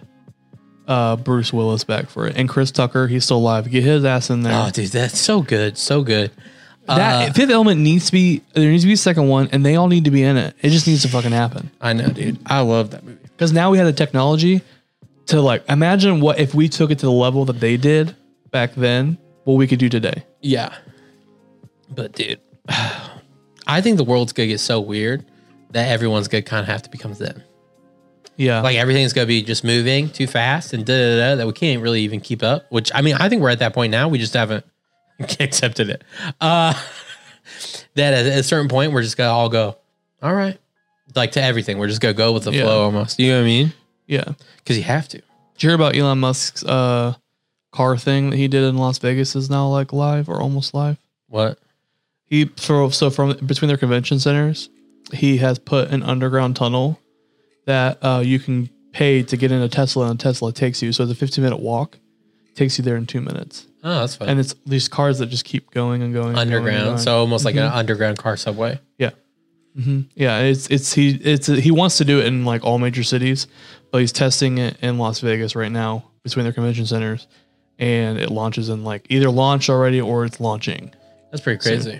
S4: uh, Bruce Willis back for it. And Chris Tucker, he's still alive. Get his ass in there. Uh,
S3: Oh, dude, that's so good. So good.
S4: Oh, that Fifth Element needs to be, there needs to be a second one, and they all need to be in it. It just needs to fucking happen.
S3: I know, dude. I love that movie.
S4: Because now we have the technology to like, imagine what if we took it to the level that they did back then, what we could do today.
S3: Yeah. But dude, I think the world's gonna get so weird that everyone's gonna kind of have to become them.
S4: Yeah.
S3: Like everything's gonna be just moving too fast and da da da that we can't really even keep up. Which I mean, I think we're at that point now. We just haven't accepted it. Uh, that at a certain point, we're just gonna all go, all right, like to everything. We're just gonna go with the
S4: Yeah.
S3: flow almost. You know what I mean?
S4: yeah.
S3: Because you have to.
S4: Did you hear about Elon Musk's uh, car thing that he did in Las Vegas is now like live or almost live?
S3: What?
S4: He so, so from between their convention centers, he has put an underground tunnel that uh, you can pay to get in a Tesla and a Tesla takes you. So it's a 15 minute walk, takes you there in two minutes.
S3: Oh, that's fun.
S4: And it's these cars that just keep going and going. and going and
S3: underground.
S4: going.
S3: So almost like an
S4: mm-hmm.
S3: underground car subway.
S4: Yeah. hmm Yeah, it's it's he it's he wants to do it in like all major cities, but he's testing it in Las Vegas right now between their convention centers, and it launches in like either launched already or it's launching.
S3: That's pretty crazy.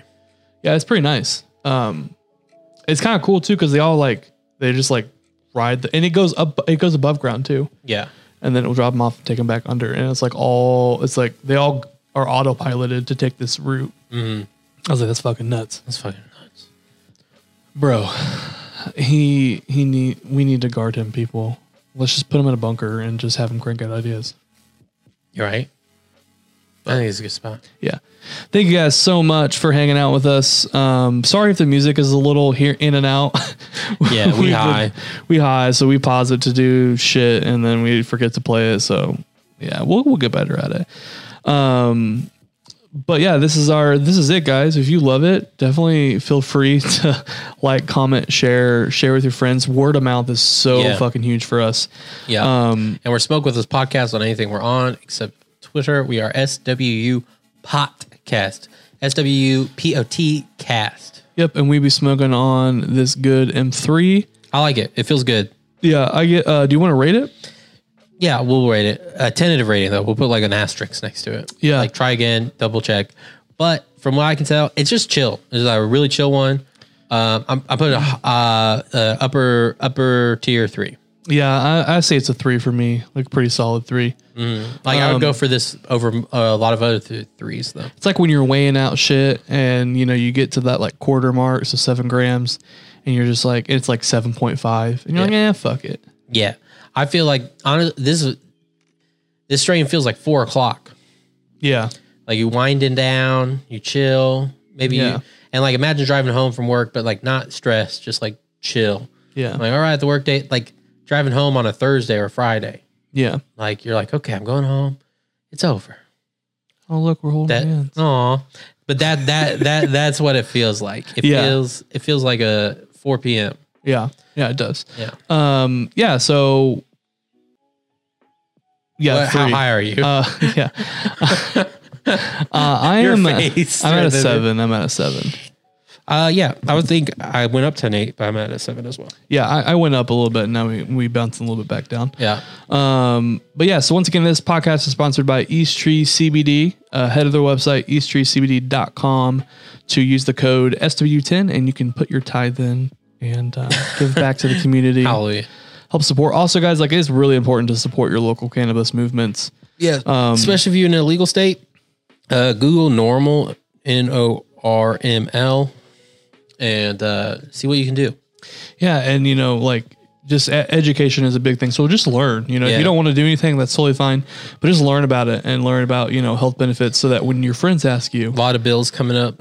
S4: Yeah, it's pretty nice. Um, it's kind of cool too because they all like they just like ride the, and it goes up it goes above ground too,
S3: Yeah.
S4: and then it'll drop them off and take them back under, and it's like all it's like they all are autopiloted to take this route. I was like, that's fucking nuts,
S3: That's fucking nuts.
S4: bro. he he need we need to guard him, people. Let's just put him in a bunker and just have him crank out ideas.
S3: You're right. I think it's a good spot.
S4: Yeah. Thank you guys so much for hanging out with us. Um, sorry if the music is a little here in and out.
S3: Yeah, we
S4: We've been-
S3: high.
S4: we high, so we pause it to do shit and then we forget to play it. So yeah, we'll we'll get better at it. Um but yeah, this is our this is it, guys. If you love it, definitely feel free to like, comment, share, share with your friends. Word of mouth is so
S3: Yeah.
S4: fucking huge for us.
S3: Yeah. Um, and we're Smoke With Us podcast on anything we're on except Twitter. We are SWU Podcast. SWPOT Cast.
S4: Yep, and we be smoking on this good M3.
S3: I like it. It feels good.
S4: Yeah, I get. Uh, do you want to rate it?
S3: Yeah, we'll rate it. A tentative rating, though. We'll put like an asterisk next to it.
S4: Yeah.
S3: Like try again, double check. But from what I can tell, it's just chill. It's like a really chill one. Um, I'm, I put a h- uh, uh, upper upper tier three.
S4: Yeah, I, I say it's a three for me, like pretty solid three.
S3: Like I would go for this over uh, a lot of other th- threes though.
S4: It's like when you're weighing out shit, and you know you get to that like quarter mark, so seven grams, and you're just like it's like seven point five, and you're like, eh, fuck it.
S3: Yeah, I feel like honest, this is- this strain feels like four o'clock.
S4: Yeah,
S3: Like you winding down, you chill, maybe
S4: Yeah.
S3: you and like imagine driving home from work, but like not stressed, just like chill.
S4: yeah,
S3: Like all right, the work day, like driving home on a Thursday or Friday.
S4: yeah.
S3: Like you're like, okay, I'm going home. It's over.
S4: Oh look, we're holding
S3: That
S4: hands.
S3: aw. But that that that that's what it feels like. It
S4: Yeah.
S3: feels it feels like a 4 p.m.
S4: Yeah, yeah, it does.
S3: Yeah.
S4: Um, yeah. So, yeah,
S3: What- how
S4: three.
S3: high are you?
S4: Uh, yeah. uh, I
S3: Your
S4: am.
S3: face
S4: I'm at
S3: rather
S4: a
S3: than-
S4: seven. I'm at a seven.
S3: Uh, yeah, I would think I went up to an eight, but I'm at a seven as well.
S4: Yeah, I, I went up a little bit, and now we we bounced a little bit back down.
S3: Yeah,
S4: Um, but yeah, so once again, this podcast is sponsored by East Tree CBD. Uh, head to their website, easttreecbd.com, to use the code SW10, and you can put your tithe in and uh, give back to the community.
S3: hallelujah.
S4: Help support. Also, guys, like it's really important to support your local cannabis movements.
S3: Yeah, especially if you're in an illegal state. Um, Uh, Google normal N O R M L, and uh, see what you can do.
S4: Yeah, and you know, like just e- education is a big thing. So just learn. You know, if
S3: Yeah.
S4: you don't want to do anything, that's totally fine. But just learn about it and learn about you know health benefits, so that when your friends ask you,
S3: A lot of bills coming up,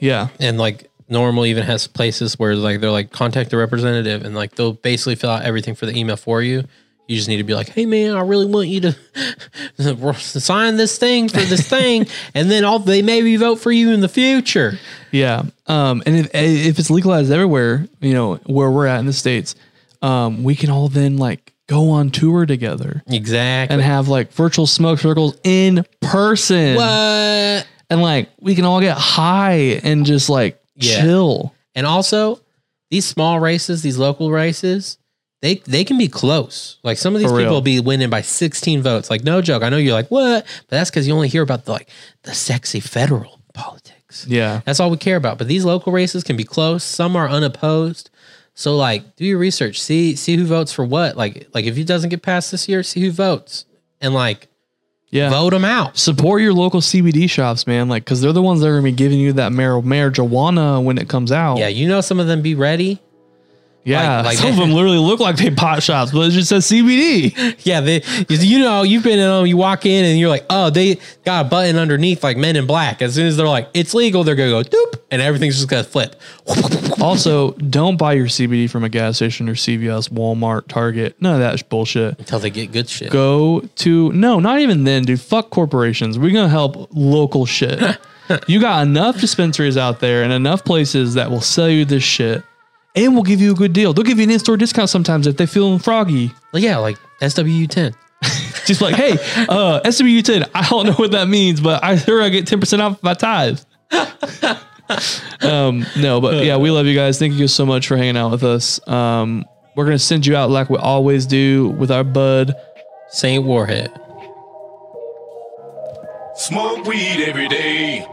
S4: yeah,
S3: and like normal even has places where like they're like contact the representative, and like they'll basically fill out everything for the email for you. You just need to be like, hey man, I really want you to sign this thing for this thing, and then I'll, they maybe vote for you in the future.
S4: Yeah. Um, and if, if it's legalized everywhere, you know, where we're at in the States, um, we can all then like go on tour together
S3: Exactly.
S4: and have like virtual smoke circles in person.
S3: What?
S4: And like we can all get high and just like
S3: Yeah.
S4: chill.
S3: And also, these small races, these local races, they they can be close. Like some of these
S4: For real.
S3: people will be winning by 16 votes. Like no joke. I know you're like what, but that's because you only hear about the, like the sexy federal politics.
S4: Yeah.
S3: That's all we care about. But these local races can be close. Some are unopposed. So like, do your research. See see who votes for what. Like like if he doesn't get passed this year, see who votes and like
S4: Yeah.
S3: vote him out.
S4: Support your local CBD shops, man. Like, cause they're the ones that are gonna be giving you that mar- marijuana when it comes out.
S3: Yeah, you know some of them be ready.
S4: yeah.
S3: like- like
S4: Some of
S3: that.
S4: them literally look like they pot shops, but it just says CBD.
S3: Yeah, they, you know, you've been in them, you walk in and you're like, oh, they got a button underneath like men in black. As soon as they're like, it's legal, they're going to go doop and everything's just going to flip.
S4: Also, don't buy your CBD from a gas station or CVS, Walmart, Target. None of that is bullshit.
S3: Until they get good shit.
S4: Go to no, not even then, dude. Fuck corporations. We're gonna help local shit. you got enough dispensaries out there and enough places that will sell you this shit and will give you a good deal. They'll give you an in-store discount sometimes if they feeling froggy.
S3: Like, yeah, like SWU10.
S4: Just like, hey, uh, SWU10, I don't know what that means, but I sure I get 10% off my tithe. um, no, but yeah, we love you guys. Thank you so much for hanging out with us. Um, we're going to send you out like we always do with our bud.
S3: St. Warhead.
S1: Smoke weed every day.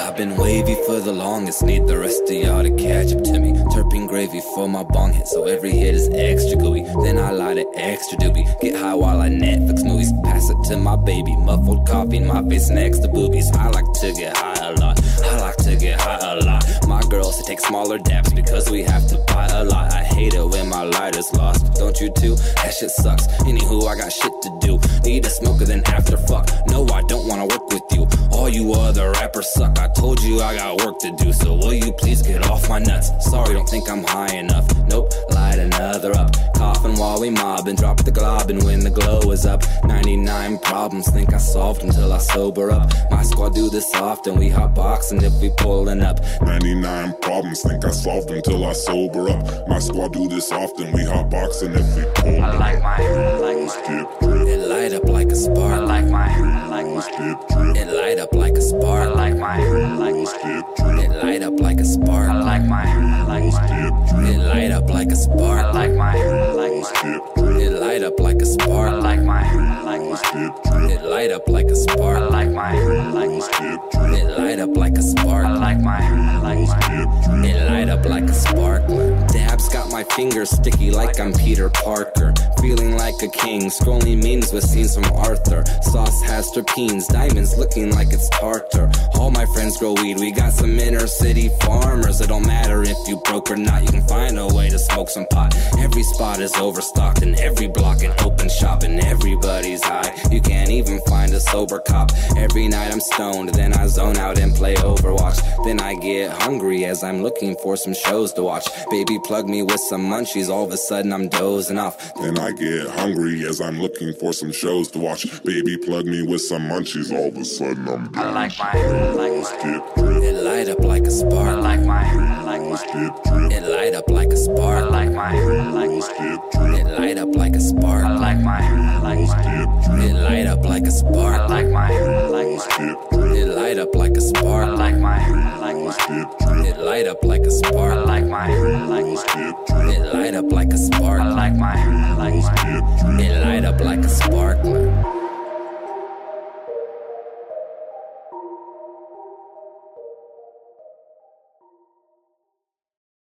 S7: I've been wavy for the longest, need the rest of y'all to catch up to me. Turping gravy for my bong hit, so every hit is extra gooey. Then I light it extra doobie, get high while I Netflix movies. Pass it to my baby, muffled coffee, my face next to boobies. I like to get high a lot, I like to get high a lot. My girls to take smaller dabs because we have to buy a lot. I hate it when my lighter's lost. Don't you too? That shit sucks. Anywho, I got shit to do. Need a smoker then after fuck. No, I don't wanna work with you. All you other rappers suck. I told you I got work to do, so will you please get off my nuts? Sorry, don't think I'm high enough. Nope, light another up. Coughing while we mobbing, drop the glob, and when the glow is up, 99 problems think I solved until I sober up. My squad do this often, we hot boxing if we pulling up.
S2: 99 problems, think I solved them till I sober up. My squad do this often, we hot boxing if we pull. I like my hair, like my dip drip.
S7: It light up like a spark. I like my
S2: Rolls dip drip.
S7: It light up like a spark. I like my
S2: Rolls dip drip.
S7: It light up like a spark. I like my
S2: Rolls dip
S7: It
S2: drip.
S7: light up like a spark. I like my
S2: Rolls dip drip.
S7: It light up like a spark. I like my
S2: Rolls dip drip.
S7: It light up like a spark. I like my
S2: Rolls dip drip.
S7: It light up like a spark. I like my
S2: Rolls dip drip.
S7: It light up like a spark. Dabs got my fingers sticky like I'm Peter Parker. Feeling like a king, scrolling memes with scenes from Arthur. Sauce has terpenes, diamonds looking like it's tartar. All my friends grow weed, we got some inner city farmers. It don't matter if you broke or not, you can find a way to smoke some pot. Every spot is overstocked, and every block an open shop, and everybody's high. You can't even find a sober cop. Every night I'm stoned, then I zone out and play Overwatch. Then I get hungry as I'm looking for some shows to watch. Baby, plug me with some munchies, all of a sudden I'm dozing off.
S2: And I get hungry as I'm looking for some shows to watch. Baby, plug me with some munchies. All of a sudden, I'm down.
S7: like my like
S2: Rolls dip drip.
S7: It light up like a spark. like my
S2: Rolls dip drip.
S7: It light up like a spark. like my
S2: Rolls dip drip.
S7: It light up like a spark. like my
S2: Rolls dip drip.
S7: It light up like a spark. like my
S2: Rolls dip drip.
S7: It light up like a spark. like my
S2: Rolls dip drip.
S7: It light up like a spark. like my
S2: Rolls dip drip.
S7: It light up like a spark. like my
S2: Rolls dip drip.
S7: It light up like a spark.